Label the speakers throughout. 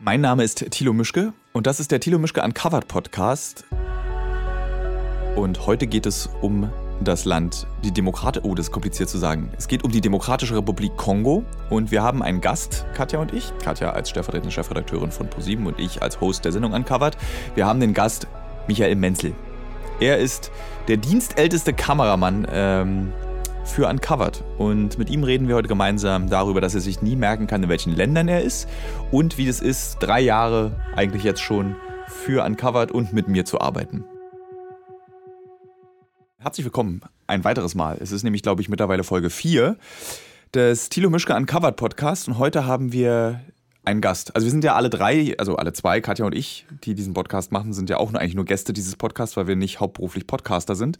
Speaker 1: Mein Name ist Thilo Mischke und das ist der Thilo Mischke Uncovered Podcast. Und heute geht es um das Land, die Demokratie, oh, das ist kompliziert zu sagen. Es geht um die Demokratische Republik Kongo und wir haben einen Gast, Katja und ich, Katja als stellvertretende Chefredakteurin von ProSieben und ich als Host der Sendung Uncovered. Wir haben den Gast Michael Menzel. Er ist der dienstälteste Kameramann ähm, für Uncovered. Und mit ihm reden wir heute gemeinsam darüber, dass er sich nie merken kann, in welchen Ländern er ist und wie es ist, drei Jahre eigentlich jetzt schon für Uncovered und mit mir zu arbeiten. Herzlich willkommen ein weiteres Mal. Es ist nämlich, glaube ich, mittlerweile Folge 4 des Thilo Mischke Uncovered Podcast und heute haben wir einen Gast. Also wir sind ja alle drei, also alle zwei, Katja und ich, die diesen Podcast machen, sind ja auch nur, eigentlich nur Gäste dieses Podcasts, weil wir nicht hauptberuflich Podcaster sind.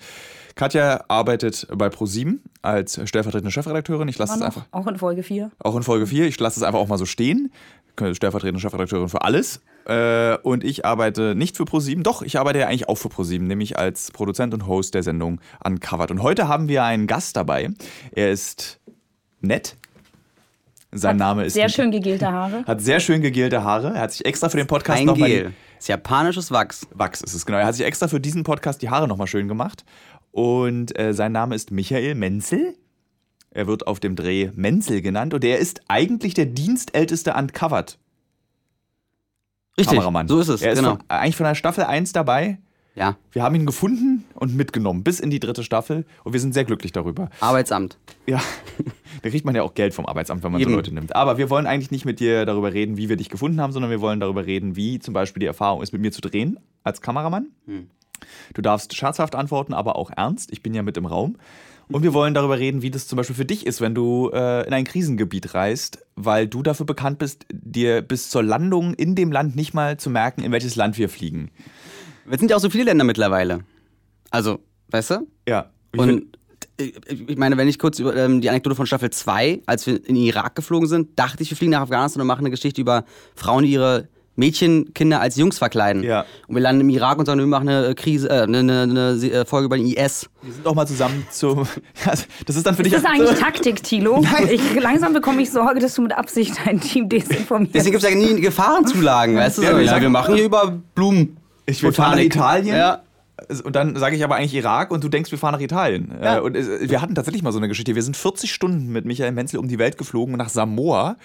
Speaker 1: Katja arbeitet bei ProSieben als stellvertretende Chefredakteurin. Ich lasse
Speaker 2: Immer
Speaker 1: es
Speaker 2: noch,
Speaker 1: einfach
Speaker 2: Auch in Folge 4.
Speaker 1: auch in Folge 4. Ich lasse es einfach auch mal so stehen. Stellvertretende Chefredakteurin für alles. Äh, Und ich arbeite nicht für ProSieben, doch, ich arbeite ja eigentlich auch für ProSieben, nämlich als Produzent und Host der Sendung Uncovered. Und heute haben wir einen Gast dabei. Er ist nett. Sein Name ist.
Speaker 2: Sehr schön gegelte Haare.
Speaker 1: Hat sehr schön gegelte Haare. Er hat sich extra für den Podcast
Speaker 3: Kein
Speaker 1: nochmal. die-
Speaker 3: Gel. Ist japanisches Wachs.
Speaker 1: Wachs ist es, genau. Er hat sich extra für diesen Podcast die Haare nochmal schön gemacht. Und äh, sein Name ist Michael Menzel. Er wird auf dem Dreh Menzel genannt und er ist eigentlich der dienstälteste Uncovered
Speaker 3: Richtig.
Speaker 1: Kameramann.
Speaker 3: So ist es,
Speaker 1: Er ist
Speaker 3: genau.
Speaker 1: von, äh, eigentlich von der Staffel 1 dabei.
Speaker 3: Ja.
Speaker 1: Wir haben ihn gefunden und mitgenommen bis in die dritte Staffel und wir sind sehr glücklich darüber.
Speaker 3: Arbeitsamt.
Speaker 1: Ja, da kriegt man ja auch Geld vom Arbeitsamt, wenn man so
Speaker 3: Eben.
Speaker 1: Leute nimmt. Aber wir wollen eigentlich nicht mit dir darüber reden, wie wir dich gefunden haben, sondern wir wollen darüber reden, wie zum Beispiel die Erfahrung ist, mit mir zu drehen als Kameramann.
Speaker 3: Hm.
Speaker 1: Du darfst scherzhaft antworten, aber auch ernst. Ich bin ja mit im Raum. Und wir wollen darüber reden, wie das zum Beispiel für dich ist, wenn du äh, in ein Krisengebiet reist, weil du dafür bekannt bist, dir bis zur Landung in dem Land nicht mal zu merken, in welches Land wir fliegen.
Speaker 3: Es sind ja auch so viele Länder mittlerweile. Also, weißt du?
Speaker 1: Ja. Wie viel-
Speaker 3: Und äh, ich meine, wenn ich kurz über ähm, die Anekdote von Staffel 2, als wir in den Irak geflogen sind, dachte ich, wir fliegen nach Afghanistan und machen eine Geschichte über Frauen, die ihre Mädchenkinder als Jungs verkleiden.
Speaker 1: Ja.
Speaker 3: Und wir landen im Irak und sagen, wir machen eine Krise, äh, eine, eine, eine Se- äh, Folge über den IS.
Speaker 1: wir sind auch mal zusammen zu. Ja, das ist dann für dich.
Speaker 2: Das ist eigentlich Taktik, Thilo. Ich, langsam bekomme ich Sorge, dass du mit Absicht dein Team desinformierst.
Speaker 3: Deswegen gibt es ja nie Gefahrenzulagen, weißt du?
Speaker 1: Ja,
Speaker 3: So,
Speaker 1: wir
Speaker 3: ja, genau.
Speaker 1: sagen-
Speaker 3: wir machen hier über Blumen.
Speaker 1: Ich will fahren nach
Speaker 3: Botanik.
Speaker 1: Italien.
Speaker 3: Ja.
Speaker 1: Und dann sage ich aber eigentlich Irak und du denkst, wir fahren nach Italien. Äh, Und es- wir hatten tatsächlich mal so eine Geschichte. Wir sind 40 Stunden mit Michael Menzel um die Welt geflogen nach Samoa.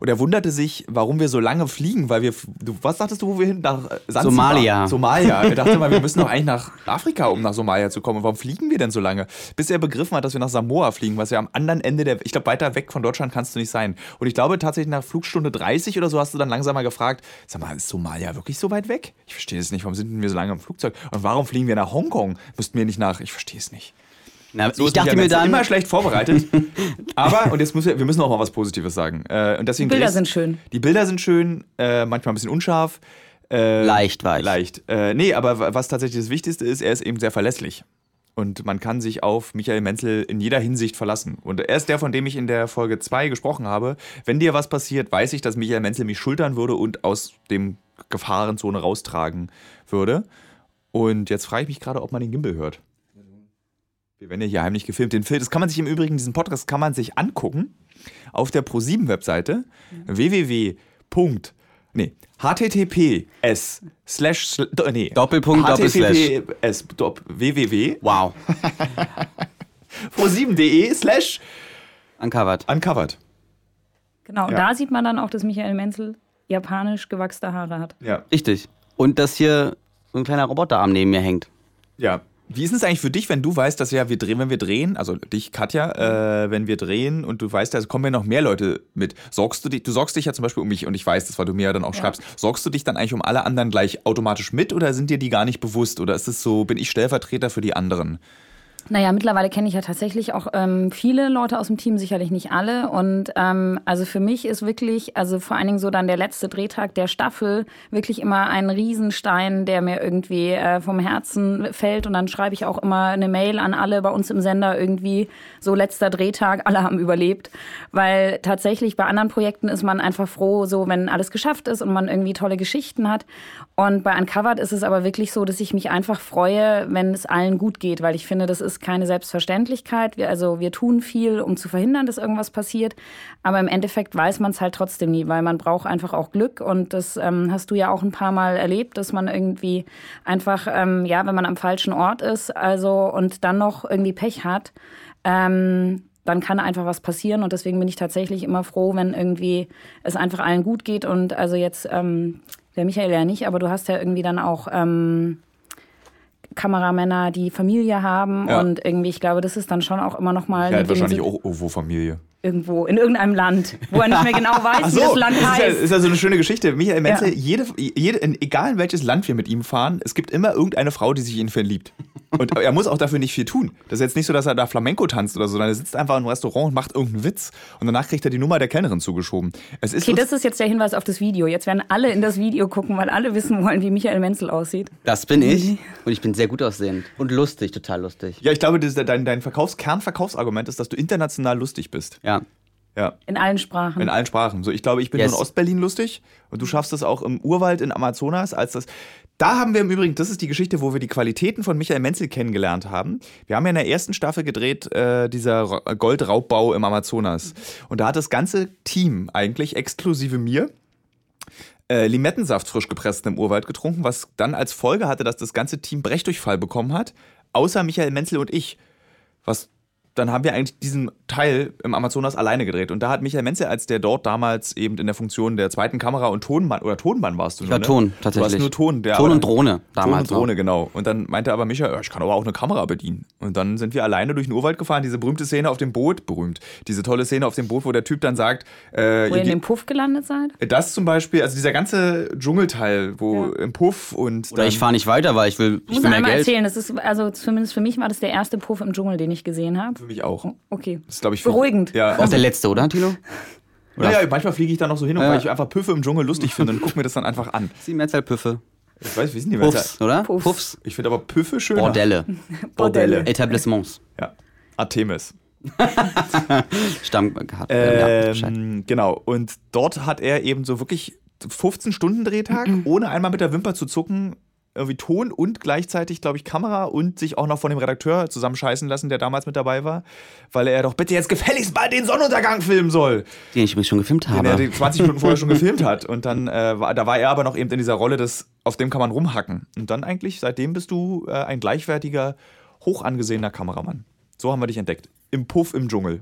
Speaker 1: Und er wunderte sich, warum wir so lange fliegen, weil wir. f- Du, was sagtest du, wo wir hin? Nach äh, Sansibar.
Speaker 3: Somalia.
Speaker 1: Somalia. Er dachte mal, wir müssen doch eigentlich nach Afrika, um nach Somalia zu kommen. Und warum fliegen wir denn so lange? Bis er begriffen hat, dass wir nach Samoa fliegen, was ja am anderen Ende der. Ich glaube, weiter weg von Deutschland kannst du nicht sein. Und ich glaube tatsächlich nach Flugstunde 30 oder so hast du dann langsam mal gefragt, sag mal, ist Somalia wirklich so weit weg? Ich verstehe es nicht. Warum sind denn wir so lange im Flugzeug? Und warum fliegen wir nach Hongkong? Müssten wir nicht nach. Ich verstehe es nicht.
Speaker 3: Na,
Speaker 1: So
Speaker 3: ich
Speaker 1: ist
Speaker 3: dachte
Speaker 1: Michael
Speaker 3: mir
Speaker 1: Menzel
Speaker 3: dann,
Speaker 1: immer schlecht vorbereitet. aber und jetzt müssen wir, wir müssen auch mal was Positives sagen. Äh, und deswegen
Speaker 2: Die Bilder
Speaker 1: drehst-
Speaker 2: sind schön.
Speaker 1: Die Bilder sind schön, äh, manchmal ein bisschen unscharf. Äh,
Speaker 3: Leicht war ich.
Speaker 1: Leicht. Äh, nee, aber wa- was tatsächlich das Wichtigste ist, er ist eben sehr verlässlich. Und man kann sich auf Michael Menzel in jeder Hinsicht verlassen. Und er ist der, von dem ich in der Folge 2 gesprochen habe. Wenn dir was passiert, weiß ich, dass Michael Menzel mich schultern würde und aus dem Gefahrenzone raustragen würde. Und jetzt frage ich mich gerade, ob man den Gimbal hört. Wir werden ja hier heimlich gefilmt. Den Film, das kann man sich im Übrigen, diesen Podcast kann man sich angucken auf der ProSieben-Webseite www. Nee, https slash, sl- do- nee,
Speaker 3: Doppelpunkt, Doppelslash.
Speaker 1: https dopp- www
Speaker 3: wow,
Speaker 1: pro7.de E slash
Speaker 3: uncovered.
Speaker 1: uncovered.
Speaker 2: Genau,
Speaker 1: Ja.
Speaker 2: da sieht man dann auch, dass Michael Menzel japanisch gewachsene Haare hat.
Speaker 1: Ja.
Speaker 3: Richtig. Und dass hier so ein kleiner Roboterarm neben mir hängt.
Speaker 1: Ja. Wie ist es eigentlich für dich, wenn du weißt, dass ja wir drehen, wenn wir drehen, also dich, Katja, äh, wenn wir drehen und du weißt, da kommen ja noch mehr Leute mit. Sorgst du dich, du sorgst dich ja zum Beispiel um mich und ich weiß das, weil du mir ja dann auch schreibst. Sorgst du dich dann eigentlich um alle anderen gleich automatisch mit oder sind dir die gar nicht bewusst oder ist es so, bin ich Stellvertreter für die anderen?
Speaker 2: Naja, mittlerweile kenne ich ja tatsächlich auch ähm, viele Leute aus dem Team, sicherlich nicht alle. Und ähm, also für mich ist wirklich, also vor allen Dingen so dann der letzte Drehtag der Staffel, wirklich immer ein Riesenstein, der mir irgendwie äh, vom Herzen fällt. Und dann schreibe ich auch immer eine Mail an alle bei uns im Sender irgendwie, so letzter Drehtag, alle haben überlebt. Weil tatsächlich bei anderen Projekten ist man einfach froh, so wenn alles geschafft ist und man irgendwie tolle Geschichten hat. Und bei Uncovered ist es aber wirklich so, dass ich mich einfach freue, wenn es allen gut geht, weil ich finde, das ist ist keine Selbstverständlichkeit. Wir, also wir tun viel, um zu verhindern, dass irgendwas passiert. Aber im Endeffekt weiß man es halt trotzdem nie, weil man braucht einfach auch Glück. Und das ähm, hast du ja auch ein paar Mal erlebt, dass man irgendwie einfach, ähm, ja, wenn man am falschen Ort ist, also und dann noch irgendwie Pech hat, ähm, dann kann einfach was passieren. Und deswegen bin ich tatsächlich immer froh, wenn irgendwie es einfach allen gut geht. Und also jetzt, ähm, der Michael ja nicht, aber du hast ja irgendwie dann auch ähm, Kameramänner, die Familie haben.
Speaker 1: Ja.
Speaker 2: Und irgendwie, ich glaube, das ist dann schon auch immer nochmal
Speaker 1: Er hat wahrscheinlich auch Ovo-Familie.
Speaker 2: irgendwo in irgendeinem Land, wo er nicht mehr genau weiß, wie das Land
Speaker 1: ist, ja,
Speaker 2: heißt.
Speaker 1: ist ja so eine schöne Geschichte. Michael Menzel,
Speaker 2: Ja.
Speaker 1: jede, jede, in, egal in welches Land wir mit ihm fahren, es gibt immer irgendeine Frau, die sich in ihn verliebt. Und er muss auch dafür nicht viel tun. Das ist jetzt nicht so, dass er da Flamenco tanzt oder so, sondern er sitzt einfach im Restaurant und macht irgendeinen Witz. Und danach kriegt er die Nummer der Kellnerin zugeschoben. Es ist
Speaker 2: Okay, das ist jetzt der Hinweis auf das Video. Jetzt werden alle in das Video gucken, weil alle wissen wollen, wie Michael Menzel aussieht.
Speaker 3: Das bin ich.
Speaker 2: Mhm.
Speaker 3: Und ich bin sehr gut aussehend. Und lustig, total lustig.
Speaker 1: ja, ich glaube, das ist dein, dein Verkaufs Kernverkaufsargument ist, dass du international lustig bist.
Speaker 3: Ja.
Speaker 1: Ja.
Speaker 2: In allen Sprachen.
Speaker 1: In allen Sprachen. So, ich glaube, ich bin
Speaker 3: Yes.
Speaker 1: nur in Ostberlin lustig und du schaffst es auch im Urwald in Amazonas, als das. Da haben wir im Übrigen, das ist die Geschichte, wo wir die Qualitäten von Michael Menzel kennengelernt haben. Wir haben ja in der ersten Staffel gedreht, äh, dieser Ra- Goldraubbau im Amazonas. Und da hat das ganze Team eigentlich, exklusive mir, äh, Limettensaft frisch gepresst im Urwald getrunken, was dann als Folge hatte, dass das ganze Team Brechdurchfall bekommen hat, außer Michael Menzel und ich. Was dann haben wir eigentlich diesen Teil im Amazonas alleine gedreht. Und da hat Michael Menzel, als der dort damals eben in der Funktion der zweiten Kamera und Tonmann, oder Tonmann warst du
Speaker 3: Ich war
Speaker 1: nur, ne?
Speaker 3: Ton,
Speaker 1: Du
Speaker 3: tatsächlich.
Speaker 1: warst nur Ton. Der
Speaker 3: Ton und Drohne damals
Speaker 1: Ton und Drohne,
Speaker 3: noch.
Speaker 1: genau. Und dann meinte aber Michael, ja, ich kann aber auch eine Kamera bedienen. Und dann sind wir alleine durch den Urwald gefahren, diese berühmte Szene auf dem Boot, berühmt. Diese tolle Szene auf dem Boot, wo der Typ dann sagt, äh,
Speaker 2: wo
Speaker 1: ihr
Speaker 2: ihr in
Speaker 1: geht-
Speaker 2: dem Puff gelandet seid?
Speaker 1: das zum Beispiel, also dieser ganze Dschungelteil, wo im Puff und
Speaker 3: Oder
Speaker 1: dann,
Speaker 3: ich fahre nicht weiter, weil ich will,
Speaker 2: Ich
Speaker 3: ich
Speaker 2: muss
Speaker 3: will mehr
Speaker 2: einmal
Speaker 3: Geld.
Speaker 2: erzählen, das ist, also zumindest für mich war das der erste Puff im Dschungel, den ich gesehen habe.
Speaker 1: für mich auch.
Speaker 2: Okay.
Speaker 1: Das ist, glaube ich, für-
Speaker 2: Beruhigend.
Speaker 1: Ja,
Speaker 3: War Auch der letzte, oder, Tilo?
Speaker 1: naja, manchmal fliege ich da noch so hin, und
Speaker 3: Ja.
Speaker 1: weil ich einfach Püffe im Dschungel lustig finde und gucke mir das dann einfach an.
Speaker 3: Sie Mehrzahl Püffe.
Speaker 1: Ich weiß, wie sind die
Speaker 3: Puffs,
Speaker 1: Wörter?
Speaker 3: oder?
Speaker 2: Puffs.
Speaker 3: Puffs.
Speaker 1: Ich finde aber Püffe schöner.
Speaker 3: Bordelle.
Speaker 1: Bordelle.
Speaker 3: Etablissements.
Speaker 1: Ja. Artemis.
Speaker 3: Stamm gehabt. ja, Bescheid.
Speaker 1: Ähm, genau. Und dort hat er eben so wirklich 15 Stunden Drehtag, ohne einmal mit der Wimper zu zucken. Irgendwie Ton und gleichzeitig, glaube ich, Kamera und sich auch noch von dem Redakteur zusammenscheißen lassen, der damals mit dabei war, weil er doch bitte jetzt gefälligst bald den Sonnenuntergang filmen soll.
Speaker 3: Den ich übrigens schon gefilmt
Speaker 1: den er
Speaker 3: habe.
Speaker 1: die 20 Minuten vorher schon gefilmt hat. Und dann äh, war, da war er aber noch eben in dieser Rolle, des, auf dem kann man rumhacken. Und dann eigentlich, seitdem bist du äh, ein gleichwertiger, hoch angesehener Kameramann. So haben wir dich entdeckt. Im Puff im Dschungel.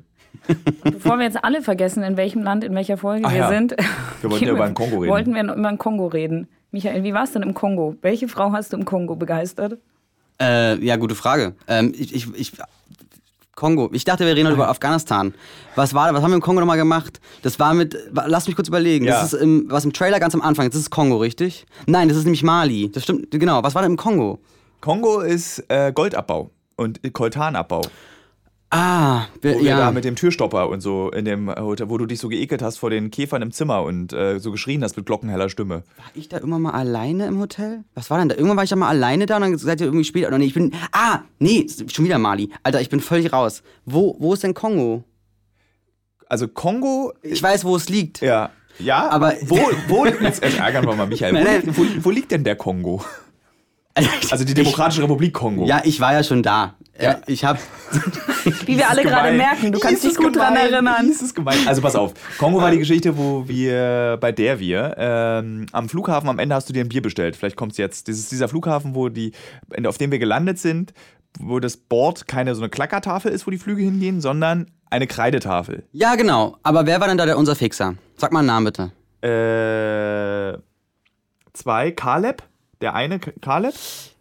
Speaker 2: Bevor wir jetzt alle vergessen, in welchem Land, in welcher Folge
Speaker 1: Ah
Speaker 2: wir
Speaker 1: ja.
Speaker 2: sind,
Speaker 1: Wir wollten ja über den Kongo reden.
Speaker 2: Wollten wir noch über den Kongo reden. Michael, wie war es denn im Kongo? Welche Frau hast du im Kongo begeistert?
Speaker 3: Äh, ja, gute Frage. Ähm, ich, ich, ich, Kongo. Ich dachte, wir reden heute über Afghanistan. Was war, was haben wir im Kongo nochmal gemacht? Das war mit, wa- lass mich kurz überlegen.
Speaker 1: Ja.
Speaker 3: Das ist im, was im Trailer ganz am Anfang. Jetzt ist es Kongo, richtig? Nein, das ist nämlich Mali. Das stimmt, genau. Was war denn im Kongo?
Speaker 1: Kongo ist äh, Goldabbau und äh, Koltanabbau.
Speaker 3: Ah, wir,
Speaker 1: Wo wir da
Speaker 3: ja.
Speaker 1: mit dem Türstopper und so in dem Hotel, wo du dich so geekelt hast vor den Käfern im Zimmer und äh, so geschrien hast mit glockenheller Stimme.
Speaker 3: War ich da immer mal alleine im Hotel? Was war denn da? Irgendwann war ich ja mal alleine da und dann seid ihr irgendwie später. Oder nee, ich bin. Ah, nee, schon wieder Mali. Alter, ich bin völlig raus. Wo, wo ist denn Kongo?
Speaker 1: Also Kongo,
Speaker 3: Ich weiß, wo es liegt.
Speaker 1: ja. Ja,
Speaker 3: Aber-
Speaker 1: wo, wo jetzt äh, ärgern wir mal Michael.
Speaker 3: Nein,
Speaker 1: Wo, liegt- wo, wo liegt denn der Kongo? Also die
Speaker 3: Ich-
Speaker 1: Demokratische Republik Kongo.
Speaker 3: Ja, ich war ja schon da. Äh, ich habe
Speaker 2: Wie wir alle gerade merken, du kannst dich gut dran erinnern.
Speaker 1: Ist es gemein. Also pass auf, Kongo war die Geschichte, wo wir, bei der wir ähm, am Flughafen am Ende hast du dir ein Bier bestellt. Vielleicht kommt's jetzt. Das ist dieser Flughafen, wo die, auf dem wir gelandet sind, wo das Board keine so eine Klackertafel ist, wo die Flüge hingehen, sondern eine Kreidetafel.
Speaker 3: Ja, genau. Aber wer war denn da der unser Fixer? Sag mal einen Namen bitte.
Speaker 1: Äh, zwei, Caleb, der eine K- Caleb.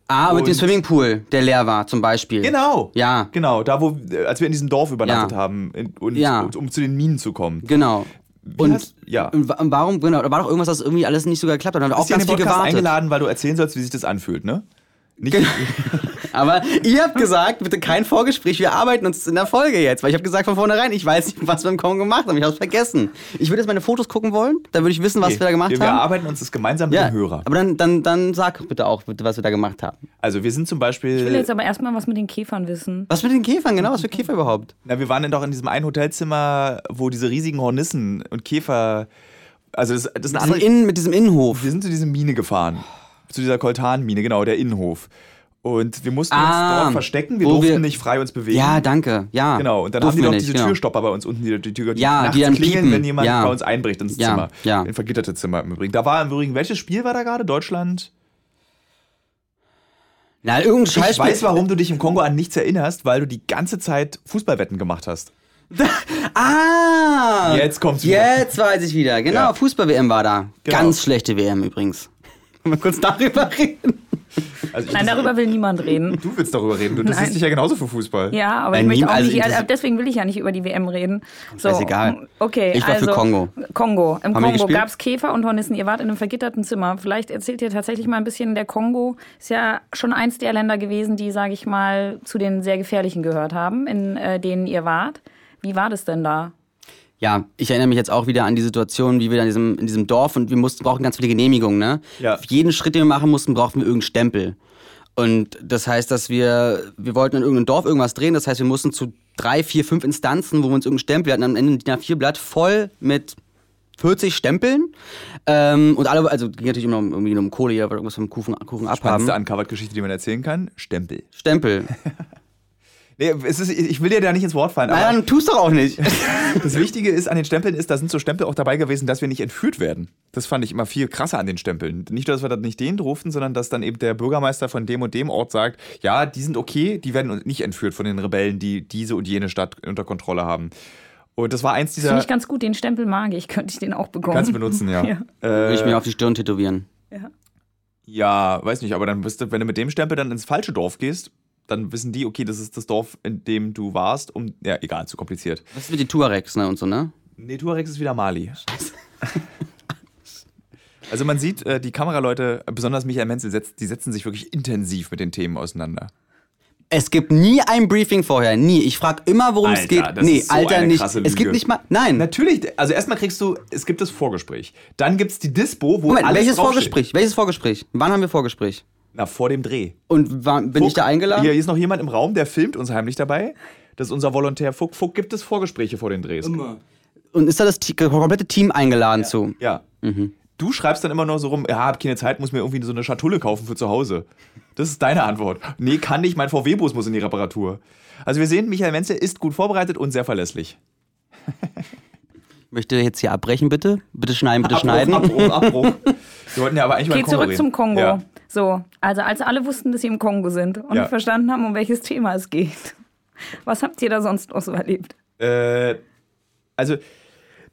Speaker 3: Ah, mit
Speaker 1: Und-
Speaker 3: dem Swimmingpool, der leer war, zum Beispiel.
Speaker 1: Genau.
Speaker 3: Ja.
Speaker 1: Genau, da wo, als wir in diesem Dorf übernachtet
Speaker 3: Ja.
Speaker 1: haben, in, und,
Speaker 3: Ja.
Speaker 1: um, zu den Minen zu kommen.
Speaker 3: Genau.
Speaker 1: heißt- ja.
Speaker 3: und wa- und warum, genau, da war doch irgendwas, dass irgendwie alles nicht so geklappt hat. Da haben wir auch
Speaker 1: Hast du in
Speaker 3: ganz
Speaker 1: den
Speaker 3: viel
Speaker 1: Podcast
Speaker 3: gewartet.
Speaker 1: eingeladen, weil du erzählen sollst, wie sich das anfühlt, ne? Nicht,
Speaker 3: Aber ihr habt gesagt, bitte kein Vorgespräch, wir arbeiten uns in der Folge jetzt. Weil ich habe gesagt von vornherein, ich weiß nicht, was wir im Kongo gemacht haben, ich hab's vergessen. Ich würde jetzt meine Fotos gucken wollen, dann würde ich wissen, was wir da gemacht
Speaker 1: wir, Wir
Speaker 3: haben.
Speaker 1: arbeiten uns das gemeinsam mit
Speaker 3: Ja,
Speaker 1: dem Hörer.
Speaker 3: aber dann, dann, dann sag bitte auch, bitte, was wir da gemacht haben.
Speaker 1: Also wir sind zum
Speaker 2: Ich will
Speaker 1: Beispiel,
Speaker 2: jetzt aber erstmal was mit den Käfern wissen.
Speaker 3: Was mit den Käfern, genau, was für Käfer überhaupt?
Speaker 1: na, wir waren dann doch in diesem einen Hotelzimmer, wo diese riesigen Hornissen und Käfer, also das, das ist eine
Speaker 3: Diesem
Speaker 1: andere,
Speaker 3: Innen, mit diesem Innenhof.
Speaker 1: wir sind zu dieser Mine gefahren, zu dieser Koltanmine, genau, der Innenhof. Und wir mussten uns
Speaker 3: Ah,
Speaker 1: dort verstecken. Wir
Speaker 3: wo
Speaker 1: durften
Speaker 3: wir-
Speaker 1: nicht frei uns bewegen.
Speaker 3: Ja, danke. Ja.
Speaker 1: Genau, und dann haben die
Speaker 3: Durften wir
Speaker 1: doch
Speaker 3: nicht,
Speaker 1: diese
Speaker 3: genau.
Speaker 1: Türstopper bei uns unten, die, die Tür, die,
Speaker 3: Ja,
Speaker 1: nachts
Speaker 3: die dann
Speaker 1: klingeln,
Speaker 3: piepen.
Speaker 1: wenn jemand
Speaker 3: Ja,
Speaker 1: bei uns einbricht ins
Speaker 3: ja,
Speaker 1: Zimmer.
Speaker 3: ja.
Speaker 1: In vergitterte Zimmer im Übrigen. Da war im Übrigen, welches Spiel war da gerade? Deutschland?
Speaker 3: Na, irgendein
Speaker 1: Ich
Speaker 3: Scheiß.
Speaker 1: weiß, warum du dich im Kongo an nichts erinnerst, weil du die ganze Zeit Fußballwetten gemacht hast.
Speaker 3: Ah!
Speaker 1: Jetzt kommt's wieder.
Speaker 3: Jetzt weiß ich wieder. Genau,
Speaker 1: Ja.
Speaker 3: Fußball-WM war da.
Speaker 1: Genau.
Speaker 3: Ganz schlechte WM übrigens. Können wir kurz darüber reden?
Speaker 1: Also ich-
Speaker 2: Nein, darüber will niemand reden.
Speaker 1: Du willst darüber reden. Du interessierst
Speaker 2: Nein.
Speaker 1: dich ja genauso für Fußball.
Speaker 2: Ja, aber
Speaker 3: Nein,
Speaker 2: ich möchte
Speaker 3: niem-
Speaker 2: auch
Speaker 3: also
Speaker 2: nicht, ja,
Speaker 3: interess-
Speaker 2: deswegen will ich ja nicht über die WM reden. So,
Speaker 3: Scheißegal.
Speaker 2: Okay,
Speaker 3: Ich war für
Speaker 2: also,
Speaker 3: Kongo.
Speaker 2: Kongo. Im
Speaker 3: wir
Speaker 2: Kongo
Speaker 3: gespielt?
Speaker 2: gab es Käfer und Hornissen. Ihr wart in einem vergitterten Zimmer. Vielleicht erzählt ihr tatsächlich mal ein bisschen, der Kongo ist ja schon eins der Länder gewesen, die, sage ich mal, zu den sehr gefährlichen gehört haben, in äh, denen ihr wart. Wie war das denn da?
Speaker 3: Ja, ich erinnere mich jetzt auch wieder an die Situation, wie wir da in diesem, in diesem Dorf und wir mussten brauchen ganz viele Genehmigungen, ne?
Speaker 1: Ja.
Speaker 3: Für jeden Schritt, den wir machen mussten, brauchten wir irgendeinen Stempel. Und das heißt, dass wir, wir wollten in irgendeinem Dorf irgendwas drehen, das heißt, wir mussten zu drei, vier, fünf Instanzen, wo wir uns irgendeinen Stempel hatten, am Ende ein DIN A4-Blatt voll mit 40 Stempeln. Ähm, und alle, also ging natürlich immer um, irgendwie nur um Kohle, jeder wollte irgendwas vom Kuchen, Kuchen abhaben.
Speaker 1: Spannendste Uncovered-Geschichte, die man erzählen kann. Stempel.
Speaker 3: Stempel.
Speaker 1: Nee, es ist, ich will dir da nicht ins Wort fallen, aber
Speaker 3: Naja, dann tust doch auch nicht.
Speaker 1: das Wichtige ist an den Stempeln ist, da sind so Stempel auch dabei gewesen, dass wir nicht entführt werden. Das fand ich immer viel krasser an den Stempeln. Nicht, nur, dass wir das nicht denen durften, sondern dass dann eben der Bürgermeister von dem und dem Ort sagt, ja, die sind okay, die werden uns nicht entführt von den Rebellen, die diese und jene Stadt unter Kontrolle haben. Und das war eins
Speaker 2: Finde
Speaker 1: dieser...
Speaker 2: ich ganz gut, den Stempel mag ich, könnte ich den auch bekommen.
Speaker 1: Kannst du benutzen, ja.
Speaker 2: Ja.
Speaker 1: Äh,
Speaker 3: Will ich mir auf die Stirn tätowieren.
Speaker 1: Ja, weiß nicht, aber dann bist du, wenn du mit dem Stempel dann ins falsche Dorf gehst, dann wissen die, okay, das ist das Dorf, in dem du warst, um. Ja, egal, zu kompliziert.
Speaker 3: Was ist mit den Tuaregs, ne, und so, ne?
Speaker 1: Nee, Tuaregs ist wieder Mali. Also man sieht, äh, die Kameraleute, besonders Michael Menzel, setzt, die setzen sich wirklich intensiv mit den Themen auseinander.
Speaker 3: Es gibt nie ein Briefing vorher, nie. Ich frage immer, worum es
Speaker 1: Alter,
Speaker 3: geht.
Speaker 1: das
Speaker 3: nee,
Speaker 1: ist so
Speaker 3: Alter
Speaker 1: eine
Speaker 3: nicht.
Speaker 1: krasse
Speaker 3: Es
Speaker 1: Lüge.
Speaker 3: gibt nicht mal. Nein.
Speaker 1: Natürlich, also erstmal kriegst du, es gibt das Vorgespräch. Dann gibt's die Dispo, wo
Speaker 3: Moment,
Speaker 1: alles
Speaker 3: welches
Speaker 1: draufsteht.
Speaker 3: Vorgespräch? Welches Vorgespräch? Wann haben wir Vorgespräch?
Speaker 1: Na, vor dem Dreh.
Speaker 3: Und wann, bin ich
Speaker 1: Fuck.
Speaker 3: da eingeladen?
Speaker 1: Hier ist noch jemand im Raum, der filmt uns heimlich dabei. Das ist unser Volontär Fuck. Fuck gibt es Vorgespräche vor den Drehs.
Speaker 3: Und ist da das Te- komplette Team eingeladen zu?
Speaker 1: Ja. Du schreibst dann immer nur so rum, ja, hab keine Zeit, muss mir irgendwie so eine Schatulle kaufen für zu Hause. Das ist deine Antwort. Nee, kann nicht, mein VW-Bus muss in die Reparatur. Also wir sehen, Michael Menzel ist gut vorbereitet und sehr verlässlich.
Speaker 3: Ich möchte jetzt hier abbrechen, bitte. Bitte schneiden, bitte schneiden.
Speaker 1: Abbruch, Abbruch. Wir wollten ja aber eigentlich mal
Speaker 2: Geh
Speaker 1: Kongo
Speaker 2: zurück
Speaker 1: reden.
Speaker 2: zum Kongo.
Speaker 1: Ja.
Speaker 2: So, also als alle wussten, dass sie im Kongo sind und
Speaker 1: Ja.
Speaker 2: verstanden haben, um welches Thema es geht. Was habt ihr da sonst noch so erlebt?
Speaker 1: Äh, also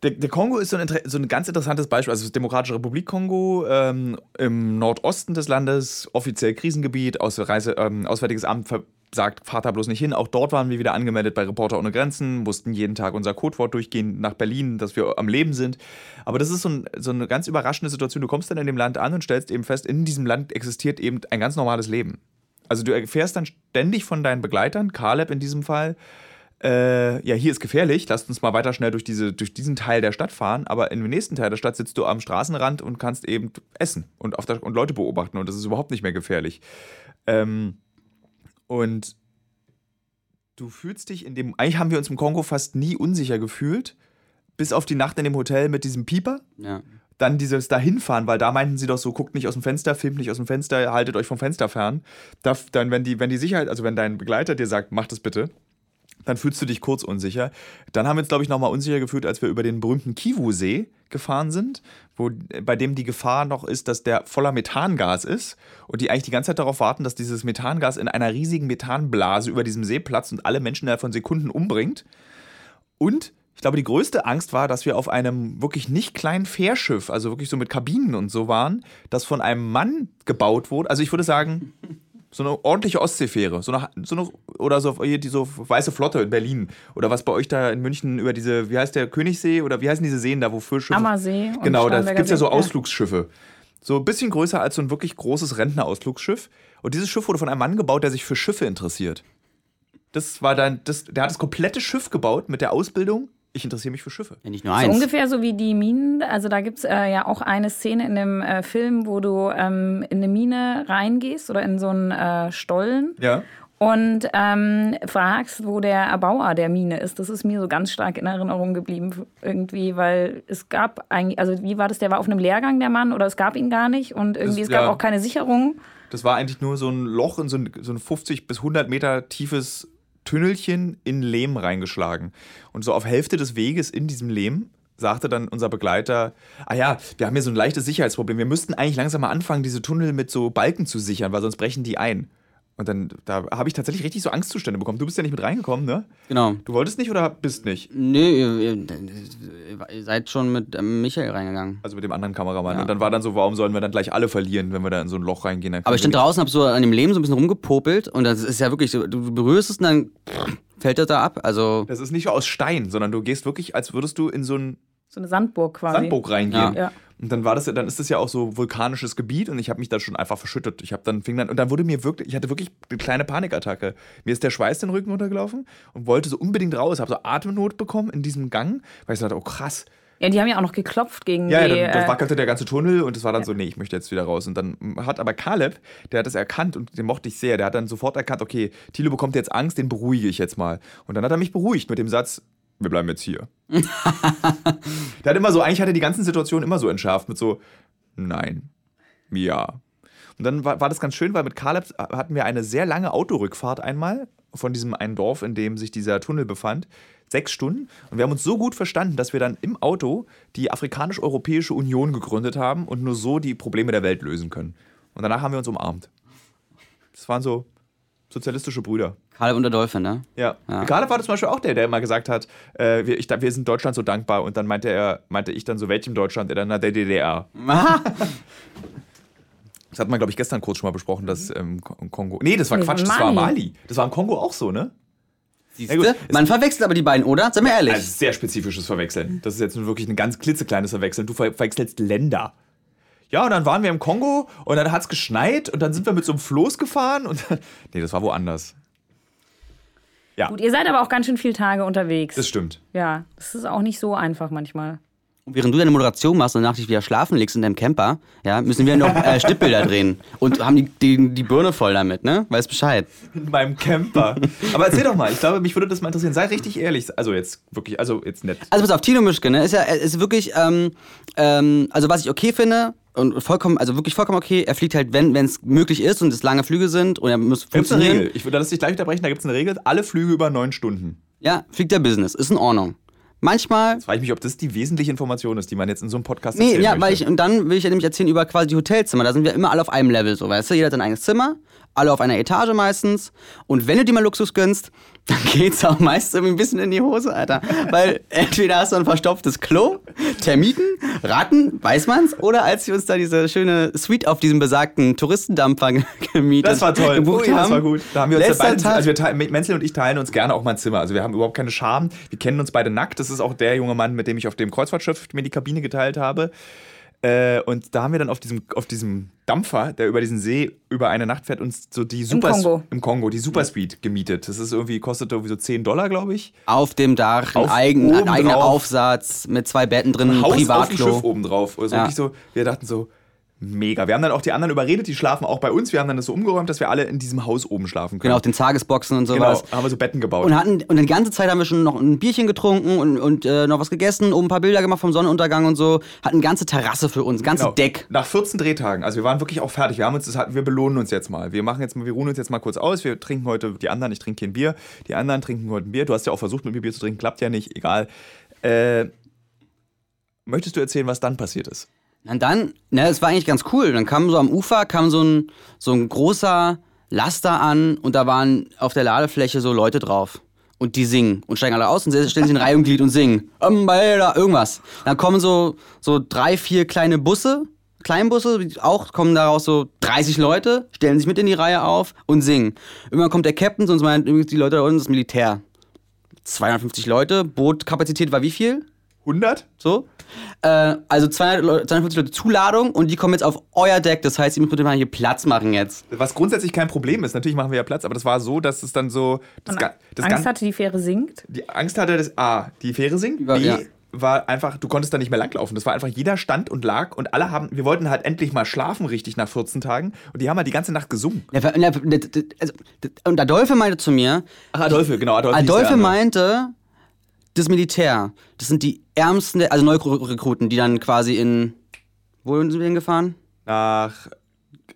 Speaker 1: der, der Kongo ist so ein, inter- so ein ganz interessantes Beispiel. Also es ist Demokratische Republik Kongo ähm, im Nordosten des Landes, offiziell Krisengebiet, Ausreise, ähm, Auswärtiges Amt ver- sagt, fahrt da bloß nicht hin. Auch dort waren wir wieder angemeldet bei Reporter ohne Grenzen, mussten jeden Tag unser Codewort durchgehen nach Berlin, dass wir am Leben sind. Aber das ist so, ein, so eine ganz überraschende Situation. Du kommst dann in dem Land an und stellst eben fest, in diesem Land existiert eben ein ganz normales Leben. Also du erfährst dann ständig von deinen Begleitern, Caleb in diesem Fall, äh, ja, hier ist gefährlich, lasst uns mal weiter schnell durch, diese, durch diesen Teil der Stadt fahren, aber im nächsten Teil der Stadt sitzt du am Straßenrand und kannst eben essen und, auf der, und Leute beobachten und das ist überhaupt nicht mehr gefährlich. Ähm, und du fühlst dich in dem, eigentlich haben wir uns im Kongo fast nie unsicher gefühlt, bis auf die Nacht in dem Hotel mit diesem Pieper
Speaker 3: Ja.
Speaker 1: dann dieses dahinfahren, weil da meinten sie doch so, guckt nicht aus dem Fenster, filmt nicht aus dem Fenster, haltet euch vom Fenster fern. Da, dann, wenn die, wenn die Sicherheit, also wenn dein Begleiter dir sagt, mach das bitte, dann fühlst du dich kurz unsicher. Dann haben wir uns, glaube ich, nochmal unsicher gefühlt, als wir über den berühmten Kivu-See gefahren sind, wo, bei dem die Gefahr noch ist, dass der voller Methangas ist und die eigentlich die ganze Zeit darauf warten, dass dieses Methangas in einer riesigen Methanblase über diesem See platzt und alle Menschen innerhalb von Sekunden umbringt. Und ich glaube, die größte Angst war, dass wir auf einem wirklich nicht kleinen Fährschiff, also wirklich so mit Kabinen und so waren, das von einem Mann gebaut wurde. Also ich würde sagen, so eine ordentliche Ostseefähre, so eine, so eine oder so hier die so weiße Flotte in Berlin oder was bei euch da in München über diese, wie heißt der Königssee oder wie heißen diese Seen da, wo Fischschiffe?
Speaker 2: Ammersee und
Speaker 1: Genau, da
Speaker 2: Starnberger
Speaker 1: gibt es ja so
Speaker 2: See, ja.
Speaker 1: Ausflugsschiffe. So ein bisschen größer als so ein wirklich großes Rentnerausflugsschiff. Und dieses Schiff wurde von einem Mann gebaut, der sich für Schiffe interessiert. Das war dann, das, der hat das komplette Schiff gebaut mit der Ausbildung. Ich interessiere mich für Schiffe.
Speaker 3: ja. Nicht nur
Speaker 2: So
Speaker 3: eins.
Speaker 2: ungefähr so wie die Minen. Also da gibt es äh, ja auch eine Szene in dem äh, Film, wo du ähm, in eine Mine reingehst oder in so einen äh, Stollen.
Speaker 1: Ja.
Speaker 2: und ähm, fragst, wo der Erbauer der Mine ist. Das ist mir so ganz stark in Erinnerung geblieben irgendwie, weil es gab eigentlich, also wie war das, der war auf einem Lehrgang, der Mann, oder es gab ihn gar nicht und irgendwie
Speaker 1: Das-
Speaker 2: es gab
Speaker 1: ja.
Speaker 2: auch keine Sicherung.
Speaker 1: Das war eigentlich nur so ein Loch in so ein, so ein 50 bis 100 Meter tiefes Tünnelchen in Lehm reingeschlagen. Und so auf Hälfte des Weges in diesem Lehm sagte dann unser Begleiter, ah ja, wir haben hier so ein leichtes Sicherheitsproblem. Wir müssten eigentlich langsam mal anfangen, diese Tunnel mit so Balken zu sichern, weil sonst brechen die ein. Und dann, da habe ich tatsächlich richtig so Angstzustände bekommen. Du bist ja nicht mit reingekommen, ne?
Speaker 3: Genau.
Speaker 1: Du wolltest nicht oder bist nicht?
Speaker 3: Nee, ihr, ihr, ihr seid schon mit ähm, Michael reingegangen.
Speaker 1: Also mit dem anderen Kameramann.
Speaker 3: Ja.
Speaker 1: Und dann war dann so, warum sollen wir dann gleich alle verlieren, wenn wir da in so ein Loch reingehen? Dann
Speaker 3: Aber ich
Speaker 1: können
Speaker 3: stand
Speaker 1: wir
Speaker 3: draußen, hab so an dem Leben so ein bisschen rumgepopelt und das ist ja wirklich so, du berührst es und dann fällt das da ab. Also,
Speaker 1: Das ist nicht aus Stein, sondern du gehst wirklich, als würdest du in so ein
Speaker 2: So eine Sandburg quasi.
Speaker 1: Sandburg reingehen.
Speaker 2: Ja. Ja.
Speaker 1: Und dann war das, ja- dann ist das ja auch so vulkanisches Gebiet und ich habe mich da schon einfach verschüttet. Ich habe dann fing dann und dann wurde mir wirklich, ich hatte wirklich eine kleine Panikattacke. Mir ist der Schweiß den Rücken runtergelaufen und wollte so unbedingt raus, habe so Atemnot bekommen in diesem Gang, weil ich so dachte, oh krass.
Speaker 2: Ja, die haben ja auch noch geklopft gegen
Speaker 1: Ja,
Speaker 2: die.
Speaker 1: ja, dann, dann
Speaker 2: äh,
Speaker 1: wackelte der ganze Tunnel und es war dann so, nee, ich möchte jetzt wieder raus. Und dann hat aber Caleb, der hat das erkannt und den mochte ich sehr, der hat dann sofort erkannt, okay, Thilo bekommt jetzt Angst, den beruhige ich jetzt mal. Und dann hat er mich beruhigt mit dem Satz, wir bleiben jetzt hier. der hat immer so, eigentlich hat er die ganzen Situationen immer so entschärft mit so, nein, ja. Und dann war, war das ganz schön, weil mit Caleb hatten wir eine sehr lange Autorückfahrt einmal von diesem einen Dorf, in dem sich dieser Tunnel befand. Sechs Stunden. Und wir haben uns so gut verstanden, dass wir dann im Auto die Afrikanisch-Europäische Union gegründet haben und nur so die Probleme der Welt lösen können. Und danach haben wir uns umarmt. Das waren so sozialistische Brüder.
Speaker 3: Karl und Adolphe, ne?
Speaker 1: Ja.
Speaker 3: Ja.
Speaker 1: Gerade war das zum Beispiel auch der, der immer gesagt hat, äh, wir, ich, wir sind Deutschland so dankbar. Und dann meinte er, meinte ich dann so, welchem Deutschland? Er dann, na, der DDR. Das hat man, glaube ich, gestern kurz schon mal besprochen, dass ähm, Kon- Kongo. Nee, das war
Speaker 2: Nee,
Speaker 1: Quatsch, das war
Speaker 2: Mali.
Speaker 1: Mali. Das war im Kongo auch so, ne?
Speaker 3: Siehste?
Speaker 1: gut,
Speaker 3: Man verwechselt aber die beiden, oder? Sei mir ehrlich.
Speaker 1: Also sehr spezifisches Verwechseln. Das ist jetzt nun wirklich ein ganz klitzekleines Verwechseln. Du ver verwechselst Länder. Ja, und dann waren wir im Kongo und dann hat's geschneit und dann sind wir mit so einem Floß gefahren und. nee, das war woanders.
Speaker 2: Gut, ihr seid aber auch ganz schön viele Tage unterwegs.
Speaker 1: Das stimmt.
Speaker 2: ja, das ist auch nicht so einfach manchmal.
Speaker 3: Und während du deine Moderation machst und danach dich wieder schlafen legst in deinem Camper, ja, müssen wir noch äh, Schnittbilder drehen und haben die, die, die Birne voll damit, ne? Weiß Bescheid.
Speaker 1: In meinem Camper. Aber erzähl doch mal, ich glaube, mich würde das mal interessieren. Sei richtig ehrlich. Also jetzt wirklich, also jetzt nett.
Speaker 3: Also pass auf, Tino Mischke, ne, ist ja, ist wirklich, ähm, ähm, also was ich okay finde und vollkommen, also wirklich vollkommen okay, er fliegt halt, wenn es möglich ist und es lange Flüge sind und er muss
Speaker 1: Da gibt's eine
Speaker 3: funktionieren.
Speaker 1: Regel. Ich würde das nicht gleich unterbrechen, da gibt's eine Regel. Alle Flüge über neun Stunden.
Speaker 3: Ja, fliegt der Business, ist in Ordnung. Manchmal,
Speaker 1: Frage ich mich, ob das die wesentliche Information ist, die man jetzt in so einem Podcast
Speaker 3: nee,
Speaker 1: erzählen
Speaker 3: ja,
Speaker 1: möchte.
Speaker 3: weil ich, und dann will ich ja nämlich erzählen über quasi die Hotelzimmer, da sind wir immer alle auf einem Level, so, weißt du, jeder hat sein eigenes Zimmer, alle auf einer Etage meistens und wenn du dir mal Luxus gönnst, dann geht's auch meist irgendwie ein bisschen in die Hose, Alter, weil entweder hast du ein verstopftes Klo, Termiten, Ratten, weiß man's, oder als wir uns da diese schöne Suite auf diesem besagten Touristendampfer ge- gemietet
Speaker 1: Das war toll.
Speaker 3: gebucht
Speaker 1: Ui,
Speaker 3: haben.
Speaker 1: Das war gut. Da haben wir uns ja
Speaker 3: Letzter
Speaker 1: beide,
Speaker 3: Tag-
Speaker 1: also wir teilen, Menzel und ich teilen uns gerne auch mal ein Zimmer. Also wir haben überhaupt keine Scham. Wir kennen uns beide nackt. Das ist auch der junge Mann, mit dem ich auf dem Kreuzfahrtschiff mir die Kabine geteilt habe. Äh, und da haben wir dann auf diesem, auf diesem Dampfer, der über diesen See über eine Nacht fährt, uns so die Super
Speaker 2: Kongo.
Speaker 1: im Kongo die Superspeed gemietet. Das ist irgendwie kostet irgendwie so 10 Dollar, glaube ich.
Speaker 3: auf dem Dach, ein,
Speaker 1: Auf-
Speaker 3: eigen, ein
Speaker 1: oben
Speaker 3: eigener
Speaker 1: drauf.
Speaker 3: Aufsatz mit zwei Betten drin, ein
Speaker 1: Haus auf dem
Speaker 3: Privatklo.
Speaker 1: Schiff obendrauf. Also
Speaker 3: Ja.
Speaker 1: wirklich so, wir dachten so, mega. Wir haben dann auch die anderen überredet, die schlafen auch bei uns. Wir haben dann das so umgeräumt, dass wir alle in diesem Haus oben schlafen können.
Speaker 3: Genau, auf den Tagesboxen und
Speaker 1: Genau,
Speaker 3: sowas.
Speaker 1: haben wir so Betten gebaut.
Speaker 3: Und, hatten, und die ganze Zeit haben wir schon noch ein Bierchen getrunken und, und äh, noch was gegessen, oben ein paar Bilder gemacht vom Sonnenuntergang und so. Hatten eine ganze Terrasse für uns, ein ganzes
Speaker 1: Genau.
Speaker 3: Deck.
Speaker 1: Nach 14 Drehtagen, also wir waren wirklich auch fertig. Wir haben uns, das, hat- wir belohnen uns jetzt mal. Wir machen jetzt, mal- wir ruhen uns jetzt mal kurz aus. Wir trinken heute die anderen. Ich trinke kein Bier. Die anderen trinken heute ein Bier. Du hast ja auch versucht, mit mir Bier zu trinken, klappt ja nicht. Egal. Äh, möchtest du erzählen, was dann passiert ist?
Speaker 3: Und dann, ne, es war eigentlich ganz cool. Dann kam so am Ufer, kam so ein, so ein großer Laster an und da waren auf der Ladefläche so Leute drauf. Und die singen und steigen alle aus und stellen sich in Reihe und Glied und singen. Ähm, bei da, Irgendwas. Dann kommen so, so drei, vier kleine Busse, Kleinbusse, auch kommen daraus so 30 Leute, stellen sich mit in die Reihe auf und singen. Irgendwann kommt der Captain, sonst meint übrigens die Leute da unten, das Militär. 250 Leute, Bootkapazität war wie viel?
Speaker 1: 100?
Speaker 3: So. Äh, also 200 Leute, 250 Leute Zuladung und die kommen jetzt auf euer Deck. Das heißt, ihr müsst bitte mal hier Platz machen jetzt.
Speaker 1: Was grundsätzlich kein Problem ist. Natürlich machen wir ja Platz, aber das war so, dass es dann so. Das,
Speaker 2: Und
Speaker 1: Ga- das
Speaker 2: Angst
Speaker 1: Gan-
Speaker 2: hatte, die Fähre sinkt.
Speaker 1: die Angst hatte, dass A, die Fähre sinkt, B,
Speaker 3: Ja.
Speaker 1: war einfach, du konntest da nicht mehr langlaufen. Das war einfach, jeder stand und lag und alle haben, wir wollten halt endlich mal schlafen, richtig, nach 14 Tagen. Und die haben halt die ganze Nacht gesungen.
Speaker 3: Ja, ver- na, d- d- also, d- Und Adolphe meinte zu mir,
Speaker 1: Ach, Adolphe, genau. Adolphe, hieß der
Speaker 3: Adolphe ne?
Speaker 1: andere.
Speaker 3: meinte, das Militär, das sind die ärmsten, also Neurekruten, die dann quasi in, wo sind wir hingefahren?
Speaker 1: Nach,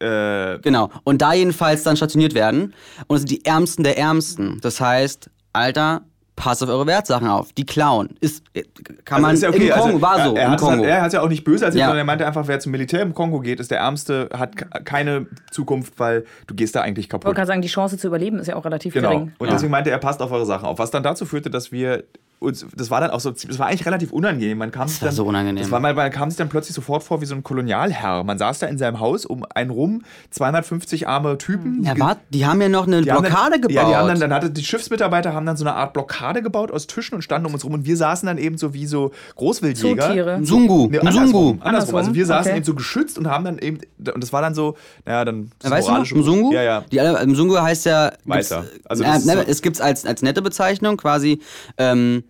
Speaker 1: äh,
Speaker 3: Genau. Und da jedenfalls dann stationiert werden. Und das sind die Ärmsten der Ärmsten. Das heißt, Alter, passt auf eure Wertsachen auf. Die klauen. Ist, äh, kann man,
Speaker 1: ist ja okay.
Speaker 3: Ah, im Kongo,
Speaker 1: also,
Speaker 3: war so,
Speaker 1: er, er
Speaker 3: im
Speaker 1: hat's
Speaker 3: Kongo.
Speaker 1: Halt, er hat es ja auch nicht böse erzählt,
Speaker 3: Ja.
Speaker 1: sondern er meinte einfach, wer zum Militär im Kongo geht, ist der Ärmste, hat ke- keine Zukunft, weil du gehst da eigentlich
Speaker 2: Ich wollte
Speaker 1: kaputt.
Speaker 2: gerade sagen, die Chance zu überleben ist ja auch relativ
Speaker 1: Genau.
Speaker 2: gering.
Speaker 1: Und deswegen meinte er, passt auf eure Sachen auf. Was dann dazu führte, dass wir uns, das war dann auch so, das war eigentlich relativ unangenehm. Man kam sich
Speaker 3: war
Speaker 1: dann,
Speaker 3: so unangenehm.
Speaker 1: Das war, man, man kam sich dann plötzlich sofort vor wie so ein Kolonialherr. Man saß da in seinem Haus um einen rum, 250 arme Typen.
Speaker 3: ja, wart, die haben ja noch eine
Speaker 1: Die haben
Speaker 3: Blockade
Speaker 1: dann,
Speaker 3: gebaut.
Speaker 1: Ja, die haben dann, dann hatte die Schiffsmitarbeiter haben dann so eine Art Blockade gebaut aus Tischen und standen um uns rum und wir saßen dann eben so wie so Großwildjäger.
Speaker 2: Zootiere.
Speaker 3: Zungu,
Speaker 1: Nee,
Speaker 3: ein
Speaker 1: andersrum,
Speaker 3: Zungu.
Speaker 1: andersrum. Also wir saßen
Speaker 2: Okay.
Speaker 1: eben so geschützt und haben dann eben, und das war dann so, naja, dann.
Speaker 3: Ja, weißt du noch, Mzungu?
Speaker 1: Ja, ja.
Speaker 3: Die, alle- also Mzungu heißt ja. gibt's-
Speaker 1: Weißer. Also
Speaker 3: äh,
Speaker 1: das ist
Speaker 3: ne,
Speaker 1: so-
Speaker 3: es gibt es als, als nette Bezeichnung, quasi ähm,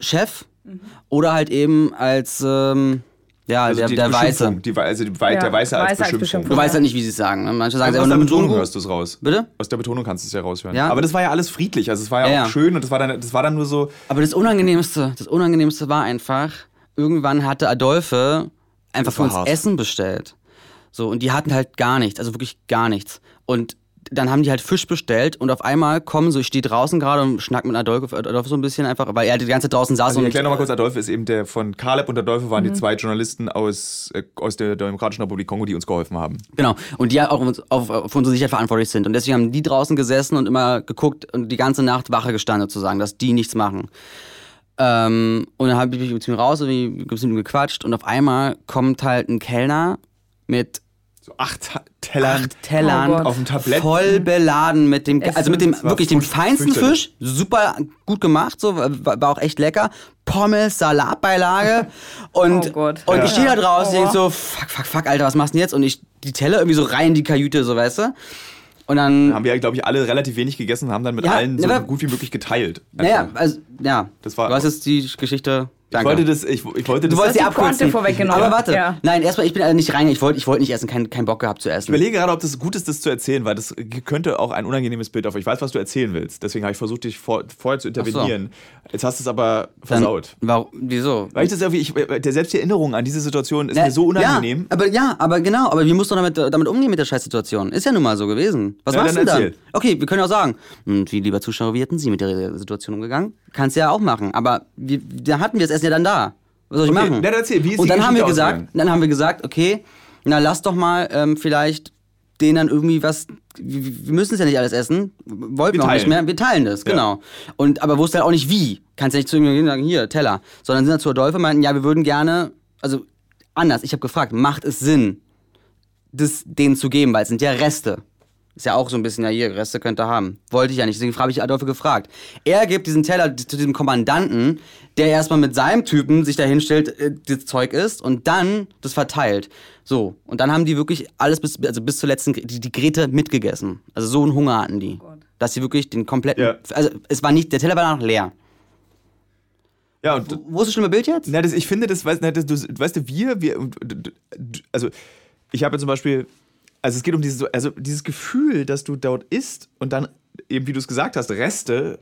Speaker 3: Chef oder halt eben als ähm, ja,
Speaker 1: Also
Speaker 3: der,
Speaker 1: die
Speaker 3: der
Speaker 1: Beschimpfung,
Speaker 3: Weiße.
Speaker 1: Die, Wei- also die, Wei-
Speaker 2: Ja,
Speaker 1: der Weiße als
Speaker 2: Weiße als
Speaker 1: Beschimpfung.
Speaker 2: Beschimpfung.
Speaker 3: Du weißt halt nicht, wie sie es sagen. ne? Manche sagen
Speaker 1: Also
Speaker 3: sie
Speaker 1: aus der
Speaker 3: einfach nur
Speaker 1: Betonung
Speaker 3: Mzungu.
Speaker 1: hörst du es raus.
Speaker 3: Bitte?
Speaker 1: Aus der Betonung kannst du es ja raushören.
Speaker 3: Ja.
Speaker 1: Aber das war ja alles friedlich. Also es war ja,
Speaker 3: Ja,
Speaker 1: auch
Speaker 3: ja. Also
Speaker 1: schön und das war dann, das war dann nur so,
Speaker 3: Aber das Unangenehmste, das Unangenehmste war einfach, irgendwann hatte Adolphe einfach
Speaker 1: Das
Speaker 3: für
Speaker 1: war
Speaker 3: uns
Speaker 1: hart.
Speaker 3: Essen bestellt. So, und die hatten halt gar nichts, also wirklich gar nichts. Und dann haben die halt Fisch bestellt und auf einmal kommen so, ich stehe draußen gerade und schnack mit Adolphe, Adolphe so ein bisschen einfach, weil er halt die ganze Zeit draußen saß
Speaker 1: Also ich
Speaker 3: und.
Speaker 1: erkläre nochmal kurz, Adolphe ist eben der von Caleb und Adolphe waren
Speaker 2: Mhm.
Speaker 1: die zwei Journalisten aus, äh, aus der Demokratischen Republik Kongo, die uns geholfen haben.
Speaker 3: Genau. Und die ja auch auf, auf, auf unsere Sicherheit verantwortlich sind. Und deswegen haben die draußen gesessen und immer geguckt und die ganze Nacht Wache gestanden, sozusagen, dass die nichts machen. Ähm, und dann habe ich mich zu ihm raus und ein bisschen gequatscht. Und auf einmal kommt halt ein Kellner mit
Speaker 1: So acht Ta- Tellern.
Speaker 3: acht Tellern
Speaker 2: Oh Gott.
Speaker 1: Auf dem Tablett.
Speaker 3: voll beladen mit dem,
Speaker 2: Essen.
Speaker 3: also mit dem
Speaker 1: war
Speaker 3: wirklich dem
Speaker 1: furcht-
Speaker 3: feinsten
Speaker 1: fürchterlich.
Speaker 3: Fisch, super gut gemacht, so war, war auch echt lecker. Pommes, Salatbeilage und,
Speaker 2: Oh Gott.
Speaker 3: und
Speaker 2: Ja. Oh.
Speaker 3: ich stehe da draußen und
Speaker 2: Aua.
Speaker 3: denk so, fuck, fuck, fuck, Alter, was machst du denn jetzt? Und ich die Teller irgendwie so rein in die Kajüte, so weißt du? Und dann,
Speaker 1: Haben wir, glaube ich, alle relativ wenig gegessen und haben dann mit
Speaker 3: Ja,
Speaker 1: allen so
Speaker 3: aber-
Speaker 1: gut wie möglich geteilt.
Speaker 3: naja, also, ja,
Speaker 1: Das war-
Speaker 3: du hast jetzt die Geschichte,
Speaker 1: Ich
Speaker 3: danke.
Speaker 1: wollte das, ich, ich wollte das.
Speaker 3: du wolltest
Speaker 2: hast
Speaker 3: sie
Speaker 2: die Pointe
Speaker 3: abkürzen.
Speaker 2: vorweggenommen.
Speaker 3: Aber warte,
Speaker 2: Ja.
Speaker 3: nein, erstmal, ich bin also nicht rein, ich wollte ich wollte nicht essen, keinen keinen Bock gehabt zu essen.
Speaker 1: ich überlege gerade, ob das gut ist, das zu erzählen, weil das könnte auch ein unangenehmes Bild auf. Ich weiß, was du erzählen willst. Deswegen habe ich versucht, dich vor, vorher zu intervenieren. Jetzt hast du es aber versaut.
Speaker 3: Dann, warum, wieso?
Speaker 1: weil ich das irgendwie, ich, äh, der selbst die Erinnerung an diese Situation ist
Speaker 3: Na,
Speaker 1: mir so unangenehm.
Speaker 3: Ne, Ja, aber ja, aber genau, aber wir mussten doch damit, damit umgehen mit der Scheißsituation. Ist ja nun mal so gewesen. Was
Speaker 1: Na,
Speaker 3: machst
Speaker 1: dann
Speaker 3: du dann?
Speaker 1: erzähl.
Speaker 3: Okay, wir können auch sagen, und wie lieber Zuschauer, wie hätten Sie mit der Situation umgegangen? Kannst ja auch machen, aber wir, da hatten wir das Essen ja dann da. Was soll ich
Speaker 1: Okay,
Speaker 3: machen?
Speaker 1: na, dann erzähl, wie ist
Speaker 3: und
Speaker 1: die
Speaker 3: dann haben wir
Speaker 1: Geschichte
Speaker 3: gesagt,
Speaker 1: ausgegangen?
Speaker 3: dann haben wir gesagt, okay, na lass doch mal ähm, vielleicht den dann irgendwie was wir wir müssen es ja nicht alles essen, wollten
Speaker 1: Wir
Speaker 3: wir auch nicht
Speaker 1: teilen.
Speaker 3: mehr, wir teilen das,
Speaker 1: Ja.
Speaker 3: genau. Und aber wusste halt auch nicht wie. Kannst ja nicht zu ihm gehen und sagen, hier, Teller. Sondern sind dann zu Adolphe und meinten, ja, wir würden gerne, also anders, ich habe gefragt, macht es Sinn, das denen zu geben, weil es sind ja Reste. Ist ja auch so ein bisschen, ja hier, Reste könnt ihr haben. Wollte ich ja nicht, deswegen habe ich Adolphe gefragt. Er gibt diesen Teller zu diesem Kommandanten, der erstmal mit seinem Typen sich da hinstellt, äh, das Zeug isst und dann das verteilt. So, und dann haben die wirklich alles bis, also bis zur letzten, die, die Grete mitgegessen. Also so einen Hunger hatten die. dass sie wirklich den kompletten,
Speaker 1: Ja.
Speaker 3: also es war nicht, der Teller war noch leer.
Speaker 1: Ja, und
Speaker 3: Wo ist das schlimme Bild jetzt?
Speaker 1: Na, das, ich finde, das, weißt, na, das, du, weißt du, wir, wir, und- und- und- also ich habe ja zum Beispiel, also es geht um dieses, so- also dieses Gefühl, dass du dort isst und dann eben, wie du es gesagt hast, Reste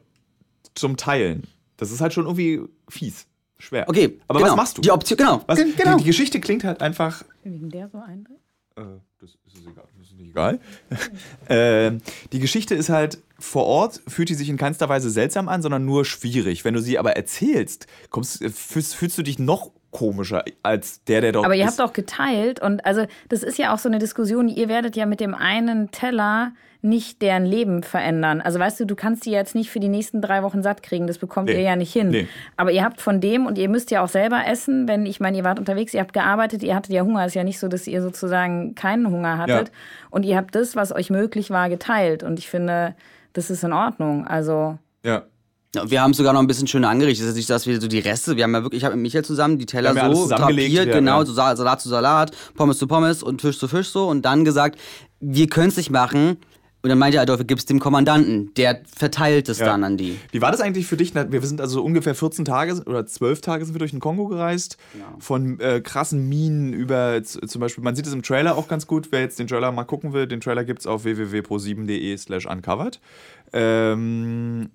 Speaker 1: zum Teilen. Das ist halt schon irgendwie fies, schwer.
Speaker 3: Okay,
Speaker 1: aber
Speaker 3: genau.
Speaker 1: was machst du?
Speaker 3: Die Option, genau.
Speaker 1: was,
Speaker 3: Gen- genau.
Speaker 1: die, die Geschichte klingt halt einfach
Speaker 2: Wegen der so eindringt?
Speaker 1: Äh, das ist egal. Das ist nicht egal. ähm, die Geschichte ist halt, vor Ort fühlt die sich in keinster Weise seltsam an, sondern nur schwierig. Wenn du sie aber erzählst, kommst, äh, fühlst, fühlst du dich noch komischer als der, der dort
Speaker 2: Aber ihr
Speaker 1: ist.
Speaker 2: habt auch geteilt und also das ist ja auch so eine Diskussion, ihr werdet ja mit dem einen Teller nicht deren Leben verändern. Also weißt du, du kannst die jetzt nicht für die nächsten drei Wochen satt kriegen, das bekommt
Speaker 1: Nee.
Speaker 2: ihr ja nicht hin.
Speaker 1: Nee.
Speaker 2: Aber ihr habt von dem und ihr müsst ja auch selber essen, wenn ich meine, ihr wart unterwegs, ihr habt gearbeitet, ihr hattet ja Hunger, ist ja nicht so, dass ihr sozusagen keinen Hunger hattet
Speaker 1: Ja.
Speaker 2: und ihr habt das, was euch möglich war, geteilt und ich finde, das ist in Ordnung. Also
Speaker 1: ja.
Speaker 3: Ja, wir haben sogar noch ein bisschen schöner angerichtet. Es ist nicht, dass wir so die Reste, wir haben ja wirklich, ich habe mit Michael zusammen die Teller
Speaker 1: Wir haben ja
Speaker 3: so
Speaker 1: alles zusammengelegt,
Speaker 3: drapiert,
Speaker 1: ja,
Speaker 3: genau,
Speaker 1: ja.
Speaker 3: so Sa- Salat zu Salat, Pommes zu Pommes und Fisch zu Fisch so und dann gesagt, wir können es nicht machen, Und dann meinte Adolf, gib's dem Kommandanten. Der verteilt es dann an die.
Speaker 1: Wie war das eigentlich für dich? Na, Wir sind also so ungefähr 14 Tage oder 12 Tage sind wir durch den Kongo gereist. Von äh, krassen Minen über z- zum Beispiel, man sieht es im Trailer auch ganz gut, wer jetzt den Trailer mal gucken will, den Trailer gibt es auf www.pro7.de slash uncovered. Ähm,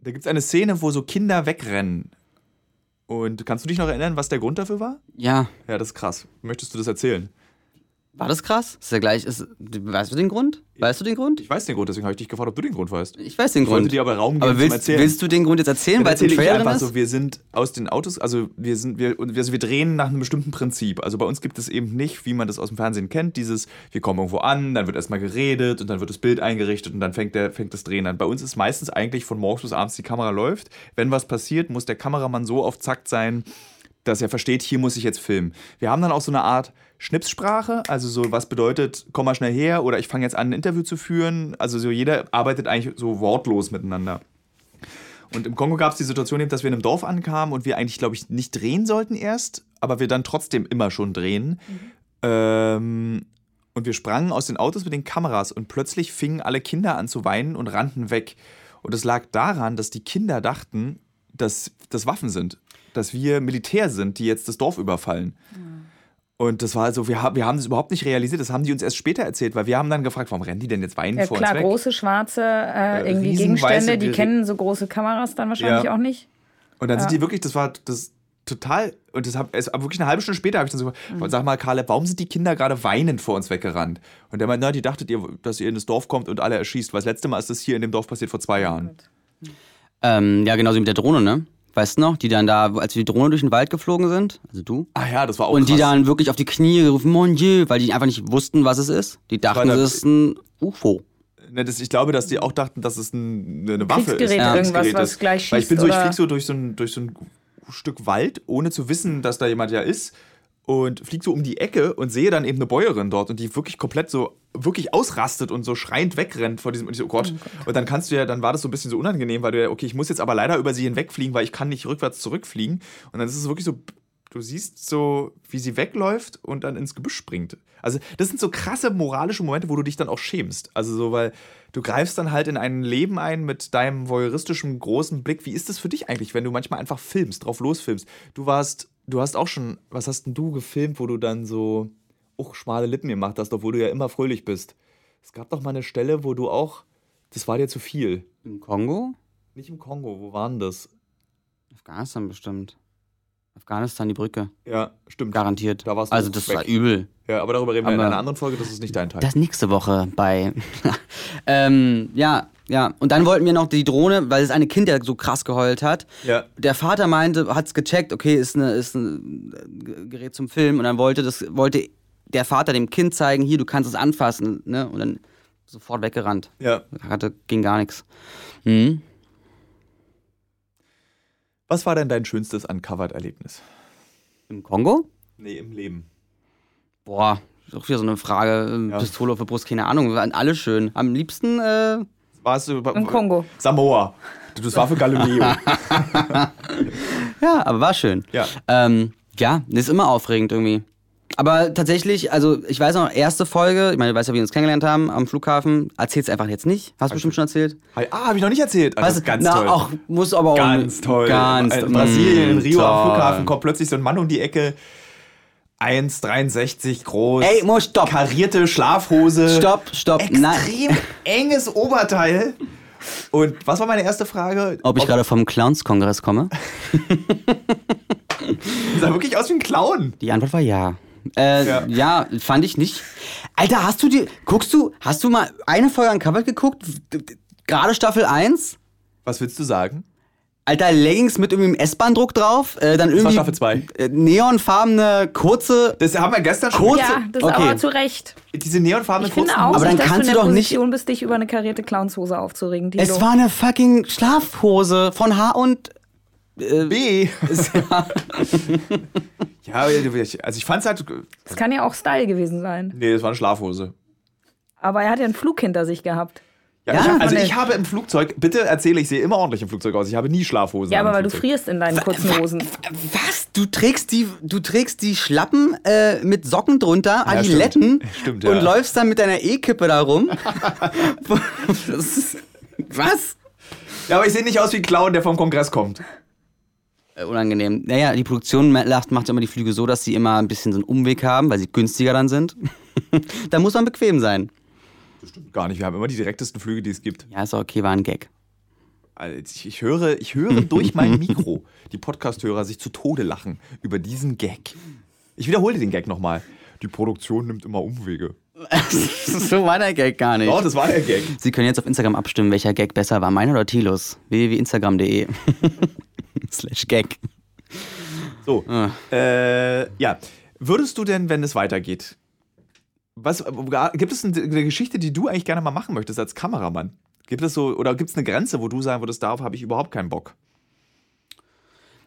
Speaker 1: da gibt es eine Szene, wo so Kinder wegrennen. Und kannst du dich noch erinnern, was der Grund dafür war?
Speaker 3: Ja.
Speaker 1: Ja, das ist krass. Möchtest du das erzählen?
Speaker 3: War das krass? Ist ja gleich. Ist, weißt du den Grund? Weißt du den Grund?
Speaker 1: Ich weiß den Grund, deswegen habe ich dich gefragt, ob du den Grund weißt.
Speaker 3: Ich weiß den
Speaker 1: Ich wollte
Speaker 3: Grund.
Speaker 1: dir aber Raum geben
Speaker 3: aber
Speaker 1: zum
Speaker 3: willst,
Speaker 1: Erzählen.
Speaker 3: willst du den Grund jetzt erzählen, weil es
Speaker 1: Erzähl
Speaker 3: im
Speaker 1: ich
Speaker 3: Trailer drin
Speaker 1: einfach
Speaker 3: ist?
Speaker 1: so, wir sind aus den Autos, also wir sind, wir, und- also wir drehen nach einem bestimmten Prinzip. Also bei uns gibt es eben nicht, wie man das aus dem Fernsehen kennt, dieses, wir kommen irgendwo an, dann wird erstmal geredet und dann wird das Bild eingerichtet und dann fängt, der, fängt das Drehen an. Bei uns ist meistens eigentlich von morgens bis abends die Kamera läuft. Wenn was passiert, muss der Kameramann so auf Zack sein, dass er versteht, hier muss ich jetzt filmen. Wir haben dann auch so eine Art Schnipssprache, also so was bedeutet, komm mal schnell her oder ich fange jetzt an, ein Interview zu führen. Also so jeder arbeitet eigentlich so wortlos miteinander. Und im Kongo gab es die Situation eben, dass wir in einem Dorf ankamen und wir eigentlich, glaube ich, nicht drehen sollten erst, aber wir dann trotzdem immer schon drehen.
Speaker 2: Mhm.
Speaker 1: Ähm, und wir sprangen aus den Autos mit den Kameras und plötzlich fingen alle Kinder an zu weinen und rannten weg. Und es lag daran, dass die Kinder dachten, dass das Waffen sind, dass wir Militär sind, die jetzt das Dorf überfallen. Und das war also, wir, ha- wir haben das überhaupt nicht realisiert, das haben die uns erst später erzählt, weil wir haben dann gefragt, warum rennen die denn jetzt weinend
Speaker 2: Ja,
Speaker 1: vor
Speaker 2: klar,
Speaker 1: uns weg?
Speaker 2: große schwarze äh, irgendwie
Speaker 1: riesenweiße
Speaker 2: Gegenstände, die
Speaker 1: Gerä-
Speaker 2: kennen so große Kameras dann wahrscheinlich
Speaker 1: Ja.
Speaker 2: auch nicht.
Speaker 1: Und dann sind die wirklich, das war das total, und das hab, es, aber wirklich eine halbe Stunde später habe ich dann so gefragt, sag mal, Caleb, warum sind die Kinder gerade weinend vor uns weggerannt? Und der meint, na, die dachtet ihr, dass ihr in das Dorf kommt und alle erschießt, weil das letzte Mal ist das hier in dem Dorf passiert vor zwei Jahren.
Speaker 3: Ähm, ja, genauso wie mit der Drohne, ne? Weißt du noch? Die dann da, als wir die Drohne durch den Wald geflogen sind, also du.
Speaker 1: Ah ja, das war auch
Speaker 3: Und die
Speaker 1: krass.
Speaker 3: dann wirklich auf die Knie gerufen, mon Dieu, weil die einfach nicht wussten, was es ist. Die dachten,
Speaker 1: Weil da-
Speaker 3: es ist ein UFO.
Speaker 1: Ne, das, ich glaube, dass die auch dachten, dass es ein, eine Waffe ist.
Speaker 2: Kriegsgerät,
Speaker 1: ein
Speaker 2: irgendwas,
Speaker 1: Kriegsgerät
Speaker 2: was
Speaker 1: ist.
Speaker 2: gleich
Speaker 1: Weil ich bin so, ich
Speaker 2: schießt,
Speaker 1: flieg
Speaker 2: oder-
Speaker 1: so durch so, ein, durch so ein Stück Wald, ohne zu wissen, dass da jemand ja ist. Und flieg so um die Ecke und sehe dann eben eine Bäuerin dort und die wirklich komplett so, wirklich ausrastet und so schreiend wegrennt vor diesem, und ich so, oh Gott. Und dann kannst du ja, dann war das so ein bisschen so unangenehm, weil du ja, okay, ich muss jetzt aber leider über sie hinwegfliegen, weil ich kann nicht rückwärts zurückfliegen. Und dann ist es wirklich so, du siehst so, wie sie wegläuft und dann ins Gebüsch springt. Also, das sind so krasse moralische Momente, wo du dich dann auch schämst. Also, so, weil du greifst dann halt in ein Leben ein mit deinem voyeuristischen großen Blick. Wie ist das für dich eigentlich, wenn du manchmal einfach filmst, drauf losfilmst? Du warst, du hast auch schon, was hast denn du gefilmt, wo du dann so, uch, schmale Lippen gemacht hast, obwohl du ja immer fröhlich bist? Es gab doch mal eine Stelle, wo du auch, das war dir zu viel.
Speaker 3: Im Kongo?
Speaker 1: Nicht im Kongo, wo waren das?
Speaker 3: Afghanistan bestimmt. Afghanistan, die Brücke.
Speaker 1: Ja, stimmt.
Speaker 3: Garantiert.
Speaker 1: Da warst du
Speaker 3: also das
Speaker 1: weg.
Speaker 3: war übel.
Speaker 1: Ja, aber darüber reden wir in
Speaker 3: Aber-
Speaker 1: einer anderen Folge, das ist nicht dein Teil.
Speaker 3: Das nächste Woche bei. ähm, ja, ja. Und dann wollten wir noch die Drohne, weil das eine Kind ja so krass geheult hat.
Speaker 1: Ja.
Speaker 3: Der Vater meinte, hat's gecheckt, okay, ist, eine, ist ein äh, Gerät zum Filmen. Und dann wollte, das, wollte der Vater dem Kind zeigen, hier, du kannst es anfassen. Ne? Und dann sofort weggerannt.
Speaker 1: ja.
Speaker 3: Hatte, ging gar nichts.
Speaker 1: Mhm.
Speaker 3: Hm?
Speaker 1: Was war denn dein schönstes Uncovered-Erlebnis?
Speaker 3: Im Kongo?
Speaker 1: Nee, im Leben.
Speaker 3: Boah, ist auch wieder so eine Frage. Ähm,
Speaker 1: Ja.
Speaker 3: Pistole auf der Brust, keine Ahnung. Waren alle schön. Am liebsten, äh,
Speaker 1: Warst du
Speaker 2: Im Kongo.
Speaker 1: Samoa. Das war für Galileo.
Speaker 3: ja, aber war schön.
Speaker 1: ja.
Speaker 3: Ähm, ja, das ist immer aufregend irgendwie. Aber tatsächlich, also ich weiß noch, erste Folge, ich meine, du weißt ja, wie wir uns kennengelernt haben am Flughafen. Erzähl's einfach jetzt nicht. Hast du bestimmt schon erzählt.
Speaker 1: Hi- Ah, habe ich noch nicht erzählt. Ah, das
Speaker 3: Weißt
Speaker 1: ist
Speaker 3: du,
Speaker 1: ganz
Speaker 3: na,
Speaker 1: toll.
Speaker 3: Auch, muss aber auch.
Speaker 1: ganz toll.
Speaker 3: Ganz
Speaker 1: in Brasilien, in
Speaker 3: mm,
Speaker 1: Rio am
Speaker 3: toll.
Speaker 1: Flughafen kommt plötzlich so ein Mann um die Ecke. 1,63 groß.
Speaker 3: Ey, muss stopp.
Speaker 1: Karierte Schlafhose.
Speaker 3: Stopp, stopp. Nein.
Speaker 1: Extrem enges Oberteil. Und was war meine erste Frage? Oh,
Speaker 3: Ob ich gerade vom Clowns-Kongress komme?
Speaker 1: sah wirklich aus wie ein Clown.
Speaker 3: Die Antwort war ja. Äh,
Speaker 1: Ja.
Speaker 3: ja. fand ich nicht. Alter, hast du dir, guckst du, hast du mal eine Folge an Cover geguckt? D- d- Gerade Staffel 1?
Speaker 1: Was willst du sagen?
Speaker 3: Alter, Leggings mit irgendwie einem S-Bahn-Druck drauf, äh, dann irgendwie
Speaker 1: Staffel zwei.
Speaker 3: äh, neonfarbene kurze
Speaker 1: Das haben wir gestern schon.
Speaker 3: kurze
Speaker 2: Ja, das
Speaker 3: okay.
Speaker 2: aber zu Recht.
Speaker 1: Diese neonfarbenen
Speaker 2: Ich finde
Speaker 1: kurzen
Speaker 2: auch,
Speaker 3: Aber dann
Speaker 2: nicht, dass
Speaker 3: kannst
Speaker 2: du in
Speaker 3: du
Speaker 2: der
Speaker 3: doch nicht-
Speaker 2: Position bist, dich über eine karierte Clownshose aufzuregen. Dilo.
Speaker 3: Es war eine fucking Schlafhose von H und
Speaker 1: B. ja, aber ich- also ich fand's halt.
Speaker 2: das kann ja auch Style gewesen sein.
Speaker 1: Nee, das war eine Schlafhose.
Speaker 2: Aber er hat ja einen Flug hinter sich gehabt.
Speaker 1: Ja,
Speaker 3: Ja,
Speaker 1: ich hab, also
Speaker 2: Mann,
Speaker 1: ich
Speaker 2: ey.
Speaker 1: habe im Flugzeug, bitte erzähle, ich sehe immer ordentlich im Flugzeug aus. Ich habe nie Schlafhosen.
Speaker 2: Ja,
Speaker 1: an
Speaker 2: aber
Speaker 1: im
Speaker 2: weil du
Speaker 1: Flugzeug.
Speaker 2: frierst in deinen kurzen Hosen.
Speaker 3: Was? Du trägst die, du trägst die Schlappen äh, mit Socken drunter,
Speaker 1: Ja,
Speaker 3: Adiletten
Speaker 1: stimmt. Stimmt, ja.
Speaker 3: und läufst dann mit deiner E-Kippe da rum. das ist, was?
Speaker 1: Ja, aber ich sehe nicht aus wie ein Clown, der vom Kongress kommt.
Speaker 3: Äh, Unangenehm. Naja, die Produktion macht macht immer die Flüge so, dass sie immer ein bisschen so einen Umweg haben, weil sie günstiger dann sind. da muss man bequem sein.
Speaker 1: Gar nicht, wir haben immer die direktesten Flüge, die es gibt.
Speaker 3: Ja, ist auch okay, war ein Gag.
Speaker 1: Also ich, ich höre, ich höre durch mein Mikro die Podcast-Hörer sich zu Tode lachen über diesen Gag. Ich wiederhole den Gag nochmal. Die Produktion nimmt immer Umwege.
Speaker 3: so war der Gag gar nicht.
Speaker 1: Oh, das war der Gag.
Speaker 3: Sie können jetzt auf Instagram abstimmen, welcher Gag besser war, meiner oder Tilos. www.instagram.de E. slash Gag.
Speaker 1: So. Äh, ja. Würdest du denn, wenn es weitergeht, was äh, gibt es eine, eine Geschichte, die du eigentlich gerne mal machen möchtest als Kameramann? Gibt es so, oder gibt es eine Grenze, wo du sagen würdest, darauf habe ich überhaupt keinen Bock?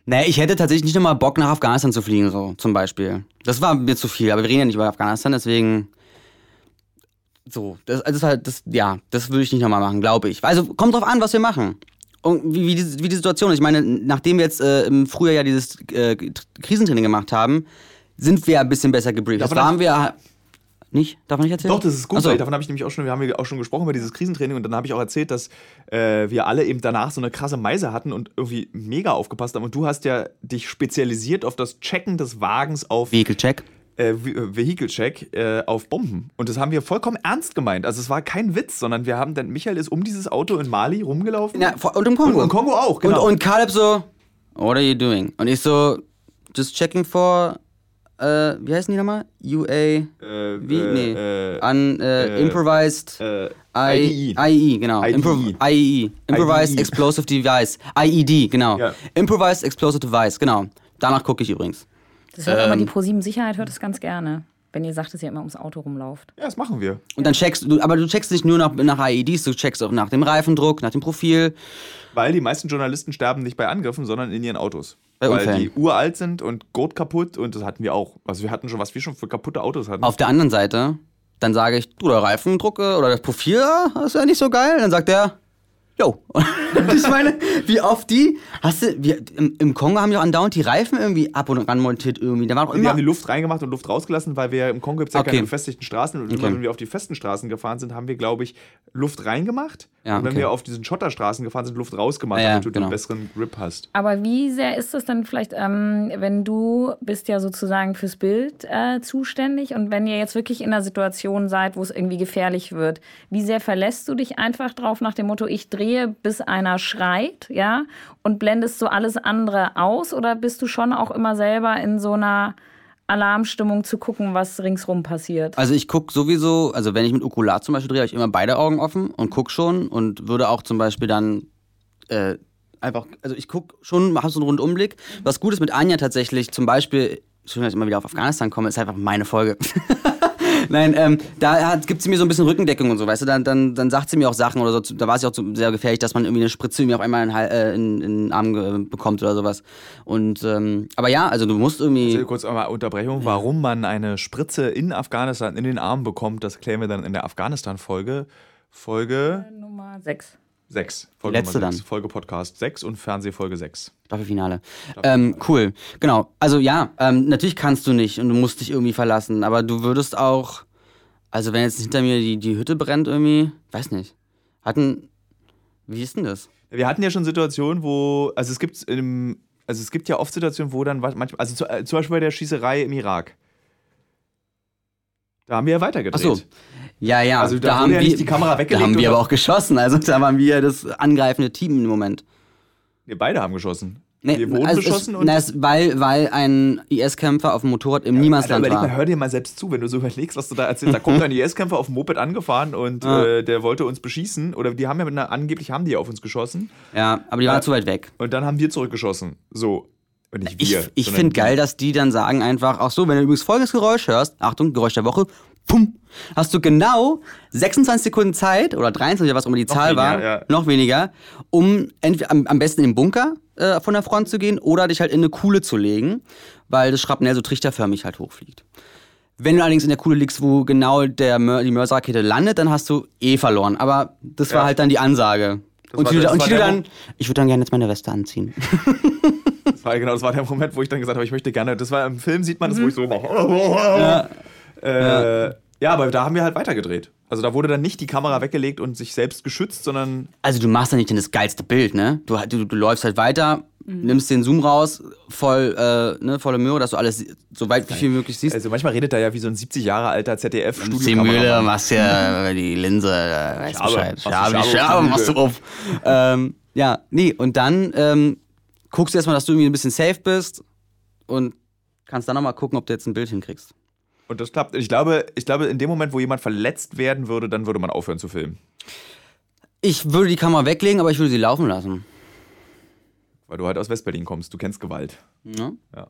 Speaker 3: Naja, ich hätte tatsächlich nicht nochmal Bock, nach Afghanistan zu fliegen, so zum Beispiel. Das war mir zu viel, aber wir reden ja nicht über Afghanistan, deswegen. So, das, also das, war- das, ja, das würde ich nicht nochmal machen, glaube ich. Also kommt drauf an, was wir machen. Und wie, wie, die, wie die Situation ist. Ich meine, nachdem wir jetzt äh, im Frühjahr ja dieses äh, Tr- Krisentraining gemacht haben, sind wir ein bisschen besser gebrieft.
Speaker 1: Darf
Speaker 3: Das
Speaker 1: man
Speaker 3: waren wir. Nicht? Darf man nicht erzählen?
Speaker 1: Doch, das ist gut,
Speaker 3: Ach so.
Speaker 1: weil davon habe ich nämlich auch schon, wir haben ja auch schon gesprochen über dieses Krisentraining und dann habe ich auch erzählt, dass äh, wir alle eben danach so eine krasse Meise hatten und irgendwie mega aufgepasst haben. Und du hast ja dich spezialisiert auf das Checken des Wagens auf
Speaker 3: Vehicle-Check.
Speaker 1: äh, Vi- äh, Vehikelcheck äh, auf Bomben. Und das haben wir vollkommen ernst gemeint. Also es war kein Witz, sondern wir haben dann, Michael ist um dieses Auto in Mali rumgelaufen.
Speaker 3: Ja, vor- und im Kongo.
Speaker 1: Und im Kongo auch, genau.
Speaker 3: Und, und Caleb so, what are you doing? Und ich so, just checking for, äh, wie heißen die nochmal? UA,
Speaker 1: Äh,
Speaker 3: wie?
Speaker 1: äh,
Speaker 3: nee,
Speaker 1: äh,
Speaker 3: Un, äh,
Speaker 1: äh,
Speaker 3: Improvised,
Speaker 1: äh,
Speaker 3: I-
Speaker 1: IEE.
Speaker 3: IEE, genau.
Speaker 1: IDE.
Speaker 3: IEE, E. Improvised
Speaker 1: IDE.
Speaker 3: Explosive Device, IED, genau.
Speaker 1: E Ja.
Speaker 3: Improvised Explosive Device, genau. Danach gucke ich übrigens.
Speaker 2: Das
Speaker 3: ähm,
Speaker 2: hört immer die Pro-7-Sicherheit hört es ganz gerne, wenn ihr sagt, dass ihr immer ums Auto rumlauft.
Speaker 1: Ja, das machen wir.
Speaker 3: Und dann checkst du, aber du checkst nicht nur nach, nach IEDs, du checkst auch nach dem Reifendruck, nach dem Profil.
Speaker 1: Weil die meisten Journalisten sterben nicht bei Angriffen, sondern in ihren Autos.
Speaker 3: Bei
Speaker 1: Weil
Speaker 3: Unfällen.
Speaker 1: die uralt sind und Gurt kaputt und das hatten wir auch. Also wir hatten schon, was wir schon für kaputte Autos hatten.
Speaker 3: Auf der anderen Seite, dann sage ich, du, der Reifendruck äh, oder das Profil, ah, das ist ja nicht so geil. Dann sagt er, yo. Und ich meine, wie oft die, hast du, wir, im, im Kongo haben die auch andauernd die Reifen irgendwie ab und ran montiert irgendwie. Da war doch
Speaker 1: Wir haben
Speaker 3: immer,
Speaker 1: die Luft reingemacht und Luft rausgelassen, weil wir im Kongo gibt es ja
Speaker 3: Okay.
Speaker 1: keine befestigten Straßen. Und immer,
Speaker 3: Okay.
Speaker 1: wenn wir auf die festen Straßen gefahren sind, haben wir, glaube ich, Luft reingemacht.
Speaker 3: Ja,
Speaker 1: und wenn
Speaker 3: okay.
Speaker 1: wir auf diesen Schotterstraßen gefahren sind, Luft rausgemacht,
Speaker 3: Ja, ja,
Speaker 1: damit du den
Speaker 3: genau.
Speaker 1: besseren Grip hast.
Speaker 2: Aber wie sehr ist das dann vielleicht, ähm, wenn du bist ja sozusagen fürs Bild äh, zuständig und wenn ihr jetzt wirklich in einer Situation seid, wo es irgendwie gefährlich wird, wie sehr verlässt du dich einfach drauf nach dem Motto, ich drehe, bis einer schreit, ja, und blendest so alles andere aus oder bist du schon auch immer selber in so einer Alarmstimmung zu gucken, was ringsrum passiert?
Speaker 3: also ich gucke sowieso, also wenn ich mit Okular zum Beispiel drehe, habe ich immer beide Augen offen und gucke schon und würde auch zum Beispiel dann äh, einfach, also ich gucke schon, habe so einen runden Umblick. Was gut ist mit Anja tatsächlich, zum Beispiel, schön, dass ich immer wieder auf Afghanistan komme, ist einfach meine Folge. Nein, ähm, da hat, gibt sie mir so ein bisschen Rückendeckung und so, weißt du, dann, dann, dann sagt sie mir auch Sachen oder so, zu- da war es ja auch zu, sehr gefährlich, dass man irgendwie eine Spritze mir auf einmal in, den Hal- äh, in, in den Arm ge- bekommt oder sowas. Und, ähm, aber ja, also du musst irgendwie,
Speaker 1: Erzähl kurz einmal Unterbrechung. Warum man eine Spritze in Afghanistan in den Arm bekommt, das klären wir dann in der Afghanistan-Folge. Folge
Speaker 3: Also
Speaker 2: Nummer 6.
Speaker 1: 6.
Speaker 3: Die letzte dann.
Speaker 1: Folge Podcast 6 und Fernsehfolge 6.
Speaker 3: Staffelfinale. Ähm, cool, genau. Also ja, ähm, natürlich kannst du nicht und du musst dich irgendwie verlassen, aber du würdest auch, also wenn jetzt hinter mir die, die Hütte brennt irgendwie, weiß nicht, hatten, wie ist denn das?
Speaker 1: Wir hatten ja schon Situationen, wo, also es gibt im, also es gibt ja oft Situationen, wo dann was- manchmal, also zu, äh, zum Beispiel bei der Schießerei im Irak. Da haben wir ja
Speaker 3: Ach
Speaker 1: weitergedreht.
Speaker 3: so. Ja, ja.
Speaker 1: Also da wurde ja nicht die Kamera
Speaker 3: Da
Speaker 1: weggelegt
Speaker 3: haben wir
Speaker 1: oder-
Speaker 3: aber auch geschossen. Also da waren wir das angreifende Team im Moment.
Speaker 1: Wir beide haben geschossen.
Speaker 3: Nee,
Speaker 1: wir wurden
Speaker 3: also
Speaker 1: beschossen
Speaker 3: es,
Speaker 1: und.
Speaker 3: na, es, weil, weil ein IS-Kämpfer auf dem Motorrad im
Speaker 1: Alter,
Speaker 3: Niemandsland
Speaker 1: überleg mal,
Speaker 3: war.
Speaker 1: hör dir mal selbst zu, wenn du so überlegst, was du da erzählst. Da kommt ein IS-Kämpfer auf dem Moped angefahren und
Speaker 3: Ah.
Speaker 1: äh, der wollte uns beschießen. Oder die haben ja mit einer, angeblich haben die auf uns geschossen.
Speaker 3: Ja, aber die waren zu weit weg.
Speaker 1: Und dann haben wir zurückgeschossen. So. Und nicht
Speaker 3: Ich,
Speaker 1: wir.
Speaker 3: ich
Speaker 1: sondern
Speaker 3: finde
Speaker 1: die.
Speaker 3: geil, dass die dann sagen einfach, ach so, wenn du übrigens folgendes Geräusch hörst, Achtung, Geräusch der Woche, pum, hast du genau 26 Sekunden Zeit oder 23 oder was auch immer die Zahl war,
Speaker 1: weniger, ja.
Speaker 3: noch weniger, um entweder am, am besten in den Bunker äh, von der Front zu gehen oder dich halt in eine Kuhle zu legen, weil das Schrapnell so trichterförmig halt hochfliegt. Wenn du allerdings in der Kuhle liegst, wo genau der Mör die Mörserrakete landet, dann hast du eh verloren. Aber das war
Speaker 4: Ja.
Speaker 3: halt dann die Ansage.
Speaker 4: Das
Speaker 3: und
Speaker 4: war-
Speaker 3: Tilo,
Speaker 4: das
Speaker 3: und
Speaker 4: war
Speaker 3: Tilo
Speaker 4: der
Speaker 3: dann, ich würde dann gerne jetzt meine Weste anziehen.
Speaker 1: Das war, genau, das war der Moment, wo ich dann gesagt habe, ich möchte gerne, das war im Film, sieht man das, wo ich so
Speaker 3: Mhm.
Speaker 1: mache. Äh, ja. aber da haben wir halt weitergedreht. Also da wurde dann nicht die Kamera weggelegt und sich selbst geschützt, sondern
Speaker 3: also du machst ja nicht denn das geilste Bild, ne? Du, du, du läufst halt weiter,
Speaker 1: Mhm.
Speaker 3: nimmst den Zoom raus, voll, äh, ne, volle Möhre, dass du alles sie- so weit wie viel möglich siehst.
Speaker 1: also manchmal redet da ja wie so ein 70 Jahre alter
Speaker 3: Mühle
Speaker 1: ZDF-Studio.
Speaker 3: machst ja die Linse, äh, weißt
Speaker 1: Schabe,
Speaker 3: Bescheid.
Speaker 1: machst du
Speaker 3: Schabe,
Speaker 1: Schabe
Speaker 3: die
Speaker 1: auf die
Speaker 3: Schabe
Speaker 1: Mühle.
Speaker 3: machst du auf. ähm, ja, nee, und dann ähm, guckst du erstmal, dass du irgendwie ein bisschen safe bist und kannst dann nochmal gucken, ob du jetzt ein Bild hinkriegst.
Speaker 1: Und das klappt. Ich glaube, ich glaube, in dem Moment, wo jemand verletzt werden würde, dann würde man aufhören zu filmen.
Speaker 3: Ich würde die Kamera weglegen, aber ich würde sie laufen lassen.
Speaker 1: Weil du halt aus Westberlin kommst, du kennst Gewalt.
Speaker 3: Ne?
Speaker 1: Ja.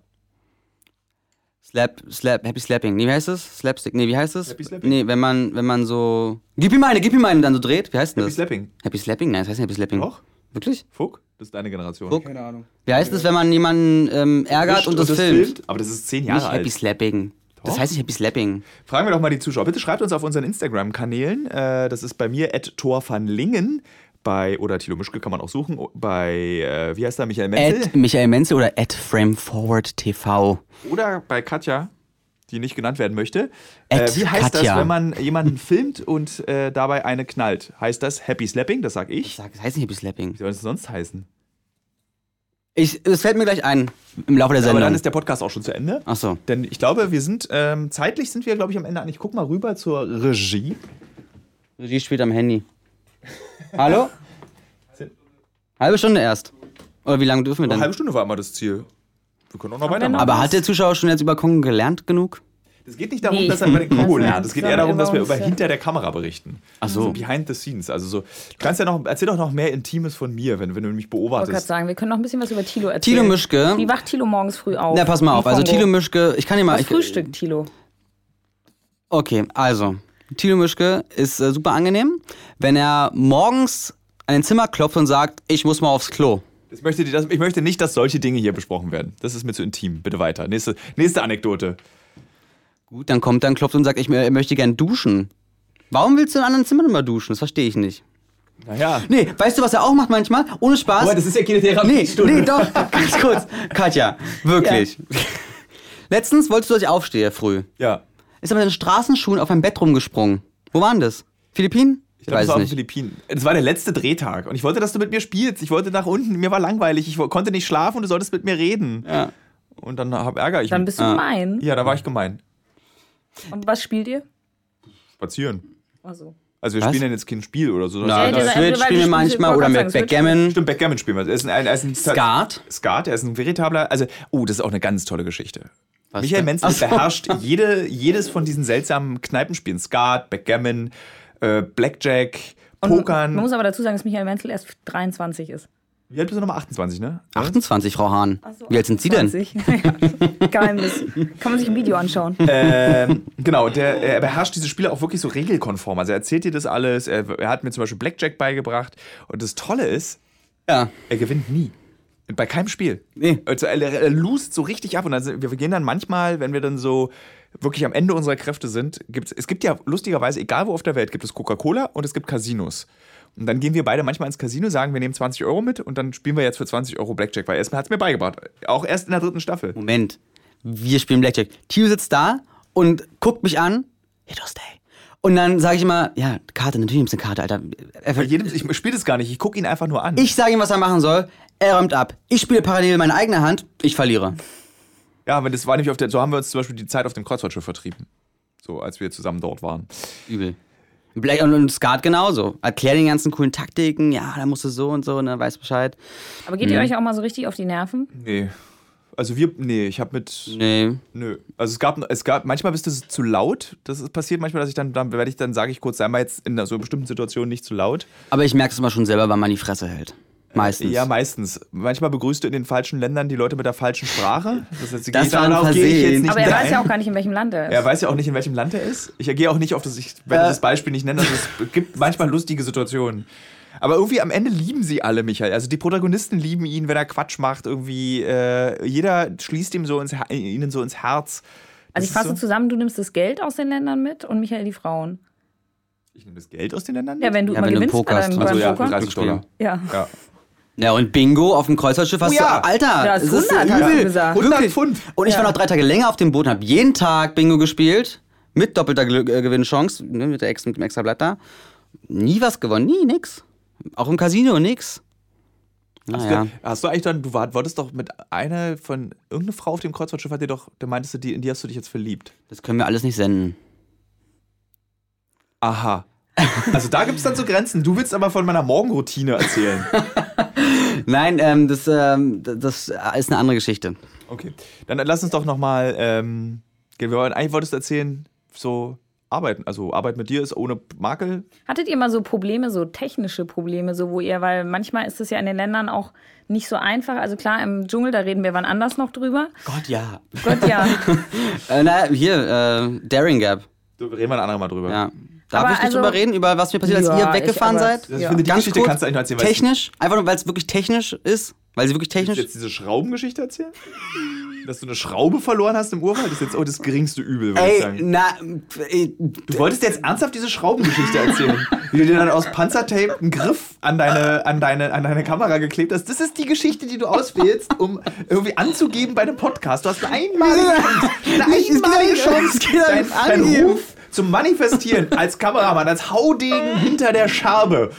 Speaker 3: Slap, slap, happy slapping. Nee, wie heißt es? Slapstick. Nee, wie heißt es?
Speaker 1: Happy slapping?
Speaker 3: Nee, wenn man, wenn man so. Gib ihm eine, gib ihm eine, dann so dreht. Wie heißt denn
Speaker 1: Happy
Speaker 3: das?
Speaker 1: Slapping.
Speaker 3: happy slapping? Nein, das heißt nicht happy slapping.
Speaker 1: Doch?
Speaker 3: Wirklich?
Speaker 1: Fuck? Das ist deine Generation.
Speaker 3: Fuck.
Speaker 4: Keine Ahnung.
Speaker 3: Wie heißt es, wenn man jemanden ähm, ärgert und das, filmt?
Speaker 1: Aber das ist zehn
Speaker 3: Nicht
Speaker 1: Jahre
Speaker 3: happy
Speaker 1: alt.
Speaker 3: slapping. Das
Speaker 1: Doch.
Speaker 3: heißt nicht happy slapping.
Speaker 1: Fragen wir doch mal die Zuschauer. Bitte schreibt uns auf unseren Instagram-Kanälen. Äh, das ist bei mir @torvanlingen bei oder Thilo Mischke kann man auch suchen bei äh, wie heißt er Michael Menzel
Speaker 3: At Michael Menzel oder at FrameForwardTV.
Speaker 1: oder bei Katja, die nicht genannt werden möchte. Äh,
Speaker 3: At
Speaker 1: wie heißt
Speaker 3: Katja.
Speaker 1: das, wenn man jemanden filmt und äh, dabei eine knallt? Heißt das Happy Slapping? Das sag
Speaker 3: Ich
Speaker 1: ich.
Speaker 3: sag, das heißt nicht happy slapping.
Speaker 1: Wie soll das sonst heißen?
Speaker 3: Ich, es fällt mir gleich ein im Laufe der
Speaker 1: Aber
Speaker 3: Sendung.
Speaker 1: dann ist der Podcast auch schon zu Ende.
Speaker 3: Ach so.
Speaker 1: Denn ich glaube, wir sind ähm, zeitlich sind wir glaube ich am Ende an. Ich guck mal rüber zur Regie.
Speaker 3: Regie spielt am Handy. Hallo? Halbe Stunde erst. Oder wie lange dürfen wir
Speaker 1: Eine
Speaker 3: denn?
Speaker 1: halbe Stunde war immer das Ziel. Wir können auch noch
Speaker 2: wir
Speaker 1: weitermachen.
Speaker 2: noch?
Speaker 3: Aber hat der Zuschauer schon jetzt über Kongo gelernt genug?
Speaker 1: Es geht nicht darum,
Speaker 2: Nee,
Speaker 1: dass er über den
Speaker 2: dass
Speaker 1: Kongo
Speaker 2: wir
Speaker 1: lernt. Es geht eher darum,
Speaker 2: insgesamt
Speaker 1: dass wir
Speaker 2: über
Speaker 1: über
Speaker 2: uns- äh,
Speaker 1: hinter der Kamera berichten. Ach so. Behind the scenes. Also so, du kannst ja noch, erzähl doch noch mehr Intimes von mir, wenn, wenn du mich
Speaker 2: wollte gerade
Speaker 1: beobachtest.
Speaker 2: sagen, wir können noch ein bisschen was über Tilo erzählen.
Speaker 3: Thilo Mischke.
Speaker 2: Wie wacht Tilo morgens früh auf?
Speaker 3: Na, pass mal
Speaker 2: Im
Speaker 3: auf. Also
Speaker 2: Kongo.
Speaker 3: Thilo Mischke, ich kann dir mal.
Speaker 2: Was
Speaker 3: Ich,
Speaker 2: Frühstück, Tilo.
Speaker 3: Okay, also. Thilo Mischke ist äh, super angenehm, wenn er morgens an den Zimmer klopft und sagt, ich muss mal aufs Klo.
Speaker 1: Ich möchte, dir das, ich möchte nicht, dass solche Dinge hier besprochen werden. Das ist mir zu intim. Bitte weiter. Nächste, nächste Anekdote.
Speaker 3: Gut, dann kommt, dann klopft und sagt, ich mö- möchte gern duschen. Warum willst du in einem anderen Zimmer immer duschen? Das verstehe ich nicht.
Speaker 1: Naja.
Speaker 3: Nee, weißt du, was er auch macht manchmal? Ohne Spaß.
Speaker 1: Boah, das ist ja keine
Speaker 3: nee,
Speaker 1: Therapiestunde.
Speaker 3: nee, doch, ganz kurz. Katja, wirklich. Letztens wolltest du, dass ich aufstehe früh.
Speaker 1: Ja.
Speaker 3: Ist aber mit den Straßenschuhen auf mein Bett rumgesprungen. Wo waren das? Philippinen? Ich,
Speaker 1: Ich glaube, das war auf den Philippinen. Das war der letzte Drehtag. Und ich wollte, dass du mit mir spielst. Ich wollte nach unten. Mir war langweilig. Ich wo- konnte nicht schlafen und du solltest mit mir reden.
Speaker 3: Ja.
Speaker 1: Und dann hab ärgere ich
Speaker 2: Dann
Speaker 1: mich.
Speaker 2: bist du
Speaker 3: Ah.
Speaker 2: mein.
Speaker 1: Ja, da war ich gemein.
Speaker 2: Und was spielt ihr?
Speaker 1: Spazieren.
Speaker 2: Also.
Speaker 1: Also wir
Speaker 3: Was?
Speaker 1: spielen dann jetzt kein Spiel oder so. Also
Speaker 3: Na,
Speaker 2: Ja,
Speaker 3: das
Speaker 2: dieser
Speaker 3: Switch
Speaker 2: Apple-
Speaker 3: spielen wir
Speaker 2: Switch-
Speaker 3: manchmal
Speaker 2: ich wollte
Speaker 3: oder
Speaker 2: gerade
Speaker 3: mit
Speaker 2: sagen, Switch-
Speaker 3: Backgammon.
Speaker 1: Stimmt, Backgammon spielen wir. Er ist ein, er ist ein
Speaker 3: Skat.
Speaker 1: Skat, er ist ein veritabler, also, oh, das ist auch eine ganz tolle Geschichte. Michael
Speaker 3: denn?
Speaker 1: Menzel
Speaker 3: Ach so.
Speaker 1: beherrscht jede, jedes von diesen seltsamen Kneipenspielen. Skat, Backgammon, äh, Blackjack,
Speaker 2: Man
Speaker 1: Pokern.
Speaker 2: muss aber dazu sagen, dass Michael Menzel erst 23 ist.
Speaker 1: Wie alt bist du nochmal? 28, ne?
Speaker 3: 28, Frau Hahn. Wie alt sind Sie denn?
Speaker 2: 20. Geheimnis. Kann man sich im Video anschauen.
Speaker 1: ähm, genau, der, er beherrscht diese Spiele auch wirklich so regelkonform. Also er erzählt dir das alles. Er, er hat mir zum Beispiel Blackjack beigebracht. Und das Tolle ist,
Speaker 3: Ja.
Speaker 1: er gewinnt nie. Bei keinem Spiel.
Speaker 3: Nee.
Speaker 1: Also er, er loost so richtig ab. Und also wir gehen dann manchmal, wenn wir dann so wirklich am Ende unserer Kräfte sind, gibt's, es gibt ja lustigerweise, egal wo auf der Welt, gibt es Coca-Cola und es gibt Casinos. Und dann gehen wir beide manchmal ins Casino, sagen, wir nehmen 20 Euro mit und dann spielen wir jetzt für 20 Euro Blackjack, weil erstmal hat es mir beigebracht. Auch erst in der dritten Staffel.
Speaker 3: Moment, wir spielen Blackjack. Tio sitzt da und guckt mich an. Hit or stay. Und dann sage ich immer, ja, Karte, natürlich nimmst du eine Karte, Alter. Er ver-
Speaker 1: Bei jedem, ich spiele das gar nicht, ich gucke ihn einfach nur an.
Speaker 3: Ich sage ihm, was er machen soll. Er räumt ab. Ich spiele parallel meine eigene Hand. Ich verliere.
Speaker 1: Ja, aber das war nämlich auf der. So haben wir uns zum Beispiel die Zeit auf dem Kreuzfahrtschiff vertrieben. So, als wir zusammen dort waren.
Speaker 3: Übel. Black und, und Skat genauso. Erklär den ganzen coolen Taktiken. Ja, da musst du so und so und dann weißt Bescheid.
Speaker 2: Aber geht ihr euch auch mal so richtig auf die Nerven?
Speaker 1: Nee. Also wir. Nee, ich habe mit.
Speaker 3: Nee.
Speaker 1: Nö. Also es gab, es gab, manchmal bist du zu laut. Das ist passiert manchmal, dass ich dann, dann werde ich dann, sage ich kurz, sei mal jetzt in so bestimmten Situationen nicht zu laut.
Speaker 3: Aber ich merke es immer schon selber, wann man die Fresse hält. Meistens.
Speaker 1: Ja, meistens. Manchmal begrüßt du in den falschen Ländern die Leute mit der falschen Sprache. Das, heißt, sie
Speaker 3: Das
Speaker 1: geht
Speaker 3: war
Speaker 1: dann
Speaker 3: ein
Speaker 1: auch, gehe ich
Speaker 3: Versehen.
Speaker 1: jetzt nicht
Speaker 2: Aber er weiß
Speaker 1: rein.
Speaker 2: ja auch gar nicht, in welchem Land er ist.
Speaker 1: Er weiß ja auch nicht, in welchem Land er ist. Ich gehe auch nicht auf das, ich werde
Speaker 2: Äh.
Speaker 1: das Beispiel nicht nennen, also es gibt manchmal lustige Situationen. Aber irgendwie am Ende lieben sie alle Michael. Also die Protagonisten lieben ihn, wenn er Quatsch macht. Irgendwie äh, jeder schließt ihm so ins, Her- ihnen so ins Herz.
Speaker 2: Also
Speaker 1: Ist
Speaker 2: ich
Speaker 1: es
Speaker 2: fasse
Speaker 1: so?
Speaker 2: zusammen, du nimmst das Geld aus den Ländern mit und Michael die Frauen.
Speaker 1: Ich nehme das Geld aus den Ländern?
Speaker 2: Ja, wenn du
Speaker 3: Ja,
Speaker 2: immer
Speaker 3: wenn du
Speaker 2: gewinnst
Speaker 3: Poker
Speaker 2: bei
Speaker 3: hast.
Speaker 2: deinem
Speaker 3: Also
Speaker 2: beim
Speaker 1: ja,
Speaker 2: Poker.
Speaker 1: 30 Dollar.
Speaker 2: Ja.
Speaker 1: Ja.
Speaker 3: Ja, und Bingo auf dem Kreuzfahrtschiff hast
Speaker 1: Oh ja.
Speaker 3: du. Alter,
Speaker 2: Du hast
Speaker 3: es ist
Speaker 2: 100, hast du
Speaker 3: übel.
Speaker 2: gesagt.
Speaker 1: 100
Speaker 3: Wirklich.
Speaker 1: Pfund.
Speaker 3: Und ich war noch drei Tage länger auf dem Boot und habe jeden Tag Bingo gespielt. Mit doppelter Glück, äh, Gewinnchance, ne, mit, der Ex, mit dem extra Blatt da. Nie was gewonnen, nie, nix. Auch im Casino, nix.
Speaker 1: Hast,
Speaker 3: Naja.
Speaker 1: du, hast du eigentlich dann, du war- wolltest doch mit einer von, irgendeine Frau auf dem Kreuzfahrtschiff hat dir doch, da meintest du, die, in die hast du dich jetzt verliebt.
Speaker 3: Das können wir alles nicht senden.
Speaker 1: Aha. Also da gibt es dann so Grenzen. Du willst aber von meiner Morgenroutine erzählen.
Speaker 3: Nein, ähm, das, ähm, d- das ist eine andere Geschichte.
Speaker 1: Okay. Dann lass uns doch nochmal, ähm, gehen wir wollen- eigentlich wolltest du erzählen, so arbeiten. Also Arbeit mit dir ist ohne Makel.
Speaker 2: Hattet ihr mal so Probleme, so technische Probleme, so wo ihr, weil manchmal ist es ja in den Ländern auch nicht so einfach. Also klar, im Dschungel, da reden wir wann anders noch drüber.
Speaker 3: Gott, ja.
Speaker 2: Gott ja.
Speaker 3: Äh, na, hier, äh, Daring Gab.
Speaker 1: Da reden wir ein anderer Mal drüber.
Speaker 3: Ja. Darf
Speaker 2: Aber
Speaker 3: ich nicht
Speaker 2: also-
Speaker 3: drüber reden, über was mir passiert, als
Speaker 2: Ja,
Speaker 3: ihr weggefahren
Speaker 2: ich aber-
Speaker 3: seid?
Speaker 2: Also ich
Speaker 1: Ich finde, die
Speaker 3: Ganz
Speaker 1: Geschichte
Speaker 3: kurz,
Speaker 1: kannst du eigentlich nur erzählen. weil es-
Speaker 3: Technisch? Einfach nur, weil es wirklich technisch ist? Weil sie wirklich
Speaker 1: Willst
Speaker 3: technisch
Speaker 1: du jetzt diese Schraubengeschichte erzählen? Dass du eine Schraube verloren hast im Urwald, ist jetzt auch das geringste Übel, würde ich
Speaker 3: Ey,
Speaker 1: sagen.
Speaker 3: na, äh, ey,
Speaker 1: Du wolltest jetzt ernsthaft diese Schraubengeschichte erzählen, wie du dir dann aus Panzertape einen Griff an deine, an, deine, an deine Kamera geklebt hast. Das ist die Geschichte, die du auswählst, um irgendwie anzugeben bei einem Podcast. Du hast eine einmalige Chance, eine
Speaker 3: Nicht, es geht
Speaker 1: einmalige
Speaker 3: nicht,
Speaker 1: Chance,
Speaker 3: es geht
Speaker 1: deinen
Speaker 3: nicht
Speaker 1: deinen
Speaker 3: angeben.
Speaker 1: Ruf zu manifestieren als Kameramann, als Haudegen hinter der Scherbe.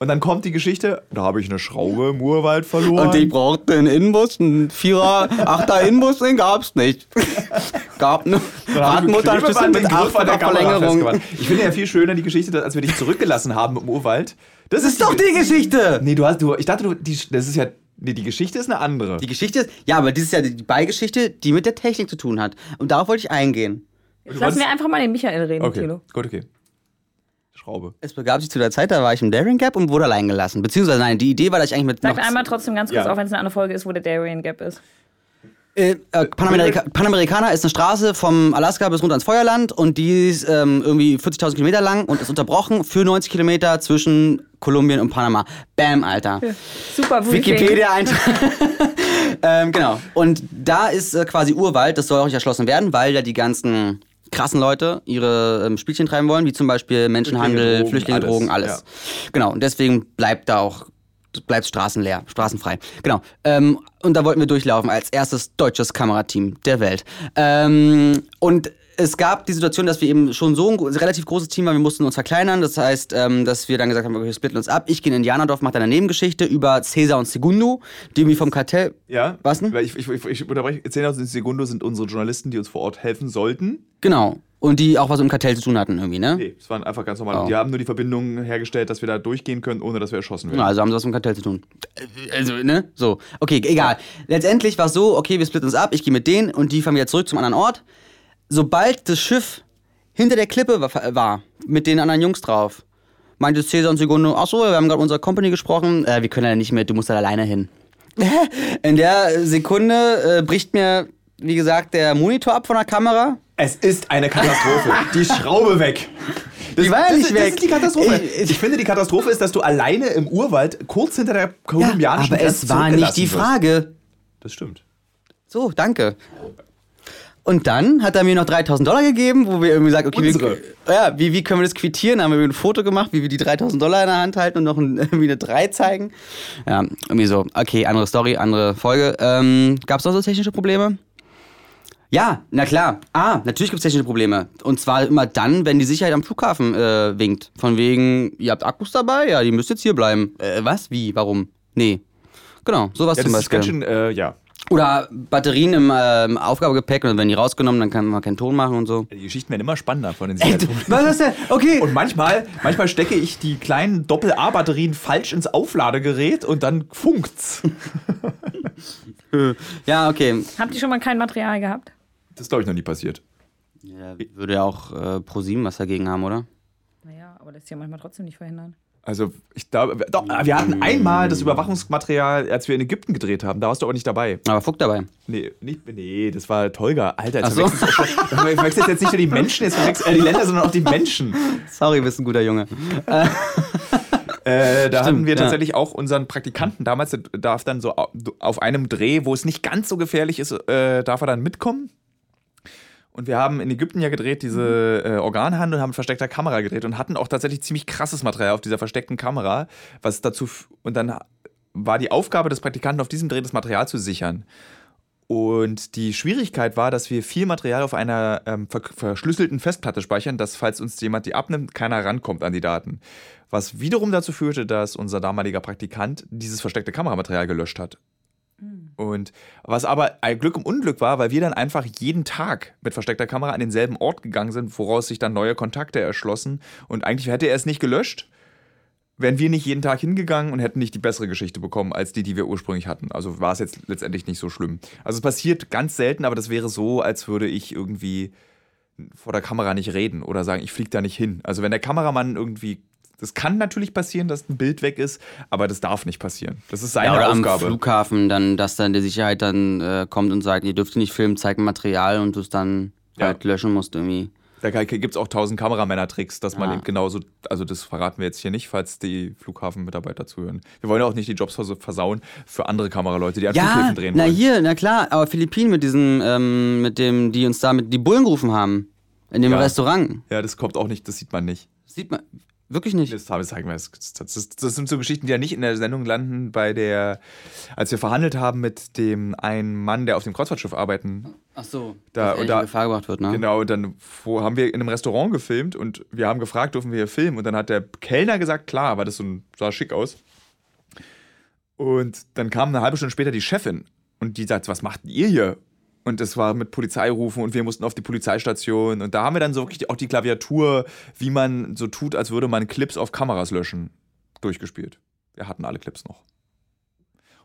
Speaker 1: Und dann kommt die Geschichte, da habe ich eine Schraube im Urwald verloren.
Speaker 3: und ich brauchte einen Inbus, einen Vierer, Achter Inbus, den gab's nicht. Gab eine Radmutterschüssel mit
Speaker 1: Griff an der
Speaker 3: achter
Speaker 1: Kamera
Speaker 3: Verlängerung.
Speaker 1: festgemacht. Ich finde ja viel schöner die Geschichte, dass- als wir dich zurückgelassen haben im Urwald. Das,
Speaker 3: Das ist doch die Geschichte!
Speaker 1: Nee, du hast du ich dachte du die, das ist ja nee, die Geschichte ist eine andere.
Speaker 3: Die Geschichte ist, ja, aber das ist ja die Beigeschichte, die mit der Technik zu tun hat. Und darauf wollte ich eingehen.
Speaker 2: Jetzt lassen
Speaker 1: wolltest-
Speaker 2: wir einfach mal den Michael reden,
Speaker 1: okay.
Speaker 2: Thilo.
Speaker 1: Gut, okay. Schraube.
Speaker 3: Es begab sich zu der Zeit, da war ich im Daring Gap und wurde allein gelassen. Beziehungsweise, nein, die Idee war, dass ich eigentlich mit.
Speaker 2: Sagt
Speaker 3: noch-
Speaker 2: einmal trotzdem ganz kurz,
Speaker 1: Ja.
Speaker 2: auch wenn es eine andere Folge ist, wo der Darien Gap ist.
Speaker 3: Äh, äh, Panamerika Panamericana ist eine Straße vom Alaska bis runter ans Feuerland und die ist ähm, irgendwie 40.000 Kilometer lang und ist unterbrochen für 90 Kilometer zwischen Kolumbien und Panama. Bam, Alter.
Speaker 2: Super Briefing.
Speaker 3: Wikipedia-Eintrag. ähm, genau. Und da ist äh, quasi Urwald, das soll auch nicht erschlossen werden, weil da die ganzen krassen Leute ihre ähm, Spielchen treiben wollen, wie zum Beispiel Menschenhandel,
Speaker 1: Drogen,
Speaker 3: Flüchtlinge,
Speaker 1: alles.
Speaker 3: Drogen, alles. Genau. Und deswegen bleibt da auch bleibt Straßen leer, straßenfrei. Genau. Ähm, und da wollten wir durchlaufen als erstes deutsches Kamerateam der Welt. Ähm, und es gab die Situation, dass wir eben schon so ein gro- relativ großes Team waren, wir mussten uns verkleinern. Das heißt, ähm, dass wir dann gesagt haben, okay, wir splitten uns ab. Ich gehe in Indianerdorf, mache dann eine Nebengeschichte über Cesar und Segundo, die irgendwie vom Kartell.
Speaker 1: Ja?
Speaker 3: Was denn?
Speaker 1: Weil ich, ich, ich, ich unterbreche 10.000 Sekunden sind unsere Journalisten, die uns vor Ort helfen sollten.
Speaker 3: Genau. Und die auch was im Kartell zu tun hatten irgendwie, ne?
Speaker 1: Nee, es waren einfach ganz normal.
Speaker 3: Oh.
Speaker 1: Die haben nur die Verbindung hergestellt, dass wir da durchgehen können, ohne dass wir erschossen werden.
Speaker 3: Ja, also haben sie was mit dem Kartell zu tun. Also, ne? So. Okay, egal. Letztendlich war es so, okay, wir splitten uns ab, ich gehe mit denen und die fahren wieder zurück zum anderen Ort. Sobald das Schiff hinter der Klippe wa- war, mit den anderen Jungs drauf, meinte Cesar und Segundo, ach so, wir haben gerade unserer Company gesprochen, äh, wir können ja nicht mit, du musst da alleine hin. In der Sekunde äh, bricht mir, wie gesagt, der Monitor ab von der Kamera.
Speaker 1: Es ist eine Katastrophe. die Schraube weg. Das,
Speaker 3: Die war ja
Speaker 1: das,
Speaker 3: nicht
Speaker 1: ist, das
Speaker 3: weg.
Speaker 1: ist die Katastrophe.
Speaker 3: Ich- ich-
Speaker 1: Ich, finde, die Katastrophe ist, dass du alleine im Urwald kurz hinter der kolumbianischen
Speaker 3: aber
Speaker 1: Grenze
Speaker 3: es war nicht die
Speaker 1: zurückgelassen wirst.
Speaker 3: Frage.
Speaker 1: Das stimmt.
Speaker 3: So, danke. Und dann hat er mir noch 3000 Dollar gegeben, wo wir irgendwie gesagt, okay,
Speaker 1: Unsere.
Speaker 3: wir, ja, wie, wie können wir das quittieren? Haben wir ein Foto gemacht, wie wir die 3000 Dollar in der Hand halten und noch ein, irgendwie eine 3 zeigen. Ja, irgendwie so. Okay, andere Story, andere Folge. Ähm, Gab es noch so technische Probleme? Ja, na klar. Ah, natürlich gibt es technische Probleme. Und zwar immer dann, wenn die Sicherheit am Flughafen äh, winkt. Von wegen, ihr habt Akkus dabei? Ja, die müsst jetzt hier bleiben. Äh, was? Wie? Warum? Nee. Genau, sowas
Speaker 1: Ja,
Speaker 3: zum
Speaker 1: das
Speaker 3: Beispiel.
Speaker 1: ist ganz schön, äh, ja.
Speaker 3: Oder Batterien im ähm, Aufgabegepäck und wenn die rausgenommen, dann kann man keinen Ton machen und so.
Speaker 1: Die Geschichten werden immer spannender von den
Speaker 3: Was ist denn? Okay.
Speaker 1: Und manchmal, manchmal stecke ich die kleinen Doppel-A-Batterien falsch ins Aufladegerät und dann funkt's.
Speaker 3: ja, okay.
Speaker 2: Habt ihr schon mal kein Material gehabt?
Speaker 1: Das ist, glaube ich, noch nie passiert.
Speaker 3: Ja, würde ja auch äh, ProSieben was dagegen haben, oder?
Speaker 2: Naja, aber das ist ja manchmal trotzdem nicht verhindern.
Speaker 1: Also, ich glaube, wir- doch, wir hatten einmal das Überwachungsmaterial, als wir in Ägypten gedreht haben. Da warst du aber nicht dabei.
Speaker 3: Aber Fuck dabei.
Speaker 1: Nee, nicht, nee das war Tolga. Alter, jetzt
Speaker 3: Ach so.
Speaker 1: verwechselst du- du verwechselst jetzt nicht nur die Menschen, jetzt verwechselst äh, die Länder, sondern auch die Menschen.
Speaker 3: Sorry, bist ein guter Junge.
Speaker 1: Äh, da hatten wir
Speaker 3: ja.
Speaker 1: tatsächlich auch unseren Praktikanten damals, der darf dann so au- auf einem Dreh, wo es nicht ganz so gefährlich ist, äh, darf er dann mitkommen. Und wir haben in Ägypten ja gedreht, diese äh, Organhandel, haben mit versteckter Kamera gedreht und hatten auch tatsächlich ziemlich krasses Material auf dieser versteckten Kamera, was dazu. f- Und dann war die Aufgabe des Praktikanten, auf diesem Dreh das Material zu sichern. Und die Schwierigkeit war, dass wir viel Material auf einer ähm, ver verschlüsselten Festplatte speichern, dass, falls uns jemand die abnimmt, keiner rankommt an die Daten. Was wiederum dazu führte, dass unser damaliger Praktikant dieses versteckte Kameramaterial gelöscht hat. Und was aber ein Glück im Unglück war, weil wir dann einfach jeden Tag mit versteckter Kamera an denselben Ort gegangen sind, woraus sich dann neue Kontakte erschlossen. Und eigentlich hätte er es nicht gelöscht, wären wir nicht jeden Tag hingegangen und hätten nicht die bessere Geschichte bekommen als die, die wir ursprünglich hatten. Also war es jetzt letztendlich nicht so schlimm. Also es passiert ganz selten, aber das wäre so, als würde ich irgendwie vor der Kamera nicht reden oder sagen, ich fliege da nicht hin. Also wenn der Kameramann irgendwie. Das kann natürlich passieren, dass ein Bild weg ist, aber das darf nicht passieren. Das ist seine
Speaker 3: ja, oder
Speaker 1: Aufgabe.
Speaker 3: am Flughafen, dann, dass dann die Sicherheit dann äh, kommt und sagt, ihr dürft nicht filmen, zeigt Material und du es dann
Speaker 1: Ja.
Speaker 3: halt löschen musst irgendwie.
Speaker 1: Da gibt es auch tausend Kameramänner-Tricks, dass man
Speaker 3: Ah.
Speaker 1: eben genauso, also das verraten wir jetzt hier nicht, falls die Flughafenmitarbeiter zuhören. Wir wollen ja auch nicht die Jobs vers- versauen für andere Kameraleute, die an
Speaker 3: Ja,
Speaker 1: Flughäfen drehen
Speaker 3: na
Speaker 1: wollen.
Speaker 3: hier, na klar, aber Philippinen mit diesem, ähm, mit dem, die uns da mit die Bullen gerufen haben. In dem
Speaker 1: Ja.
Speaker 3: Restaurant.
Speaker 1: Ja, das kommt auch nicht, das sieht man nicht.
Speaker 3: Sieht man wirklich nicht.
Speaker 1: Das haben zeigen wir. Das, das, das, das sind so Geschichten, die ja nicht in der Sendung landen, bei der, als wir verhandelt haben mit dem einen Mann, der auf dem Kreuzfahrtschiff arbeiten
Speaker 3: Ach so,
Speaker 1: Da-
Speaker 3: da, dass er
Speaker 1: und
Speaker 3: in
Speaker 1: da-
Speaker 3: Gefahr gebracht wird, ne?
Speaker 1: Genau, und dann wo, haben wir in einem Restaurant gefilmt und wir haben gefragt, dürfen wir hier filmen? Und dann hat der Kellner gesagt, klar, aber das so ein, sah schick aus. Und dann kam eine halbe Stunde später die Chefin und die sagt, was macht ihr hier? Und es war mit Polizeirufen und wir mussten auf die Polizeistation. Und da haben wir dann so wirklich auch die Klaviatur, wie man so tut, als würde man Clips auf Kameras löschen, durchgespielt. Wir hatten alle Clips noch.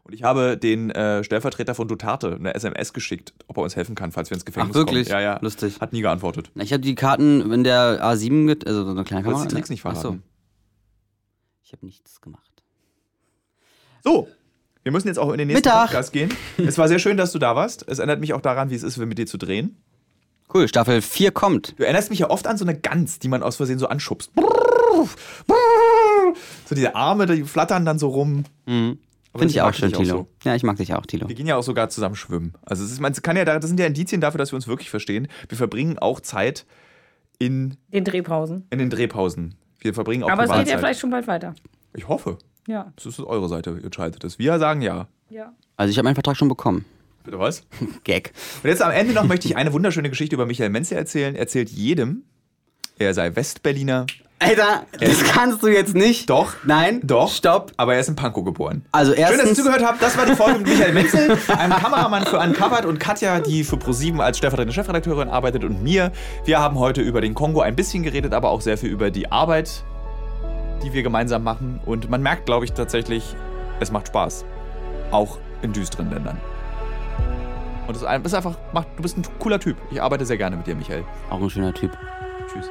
Speaker 1: Und ich habe den äh, Stellvertreter von Duterte eine SMS geschickt, ob er uns helfen kann, falls wir ins Gefängnis
Speaker 3: Ach wirklich?
Speaker 1: kommen. Ja, ja.
Speaker 3: Lustig.
Speaker 1: Hat nie geantwortet.
Speaker 3: Na, Ich habe die Karten in der A7, get also so eine kleine
Speaker 1: Kannst
Speaker 3: Kamera.
Speaker 1: die Tricks nicht
Speaker 3: Ach so,
Speaker 1: verraten.
Speaker 3: ich habe nichts gemacht.
Speaker 1: So. Wir müssen jetzt auch in den nächsten
Speaker 3: Mittag.
Speaker 1: Podcast gehen. Es war sehr schön, dass du da warst. Es erinnert mich auch daran, wie es ist, mit dir zu drehen.
Speaker 3: Cool, Staffel 4 kommt.
Speaker 1: Du erinnerst mich ja oft an so eine Gans, die man aus Versehen so anschubst. So diese Arme, die flattern dann so rum. Aber
Speaker 3: Finde Mhm. ich
Speaker 1: deswegen
Speaker 3: auch
Speaker 1: mag
Speaker 3: schön,
Speaker 1: dich
Speaker 3: Tilo.
Speaker 1: so.
Speaker 3: Ja, ich mag dich auch, Tilo.
Speaker 1: Wir gehen ja auch sogar zusammen schwimmen. Also es ist, man kann ja, da- das sind ja Indizien dafür, dass wir uns wirklich verstehen. Wir verbringen auch Zeit in,
Speaker 2: Den Drehpausen.
Speaker 1: in den Drehpausen. Wir verbringen auch
Speaker 2: Aber es geht ja
Speaker 1: Privatzeit.
Speaker 2: vielleicht schon bald weiter.
Speaker 1: ich hoffe.
Speaker 2: Ja,
Speaker 1: Das ist eure Seite, ihr entscheidet es. Wir sagen ja.
Speaker 2: ja.
Speaker 3: Also ich habe meinen Vertrag schon bekommen.
Speaker 1: Bitte was?
Speaker 3: Gag.
Speaker 1: Und jetzt am Ende noch möchte ich eine wunderschöne Geschichte über Michael Menzel erzählen. Er erzählt jedem, er sei Westberliner.
Speaker 3: Alter, das kannst du jetzt nicht.
Speaker 1: Doch.
Speaker 3: Nein.
Speaker 1: Doch.
Speaker 3: Stopp.
Speaker 1: Aber er ist in Pankow geboren.
Speaker 3: Also
Speaker 1: Schön, dass ihr
Speaker 3: erstens,
Speaker 1: zugehört habt. Das war die Folge mit Michael Menzel, einem Kameramann für Uncovered und Katja, die für ProSieben als stellvertretende Chefredakteurin arbeitet und mir. Wir haben heute über den Kongo ein bisschen geredet, aber auch sehr viel über die Arbeit, die wir gemeinsam machen. Und man merkt, glaube ich, tatsächlich, es macht Spaß. Auch in düsteren Ländern. Und es ist einfach, macht, du bist ein cooler Typ. Ich arbeite sehr gerne mit dir, Michael.
Speaker 3: auch ein schöner Typ.
Speaker 1: Tschüss.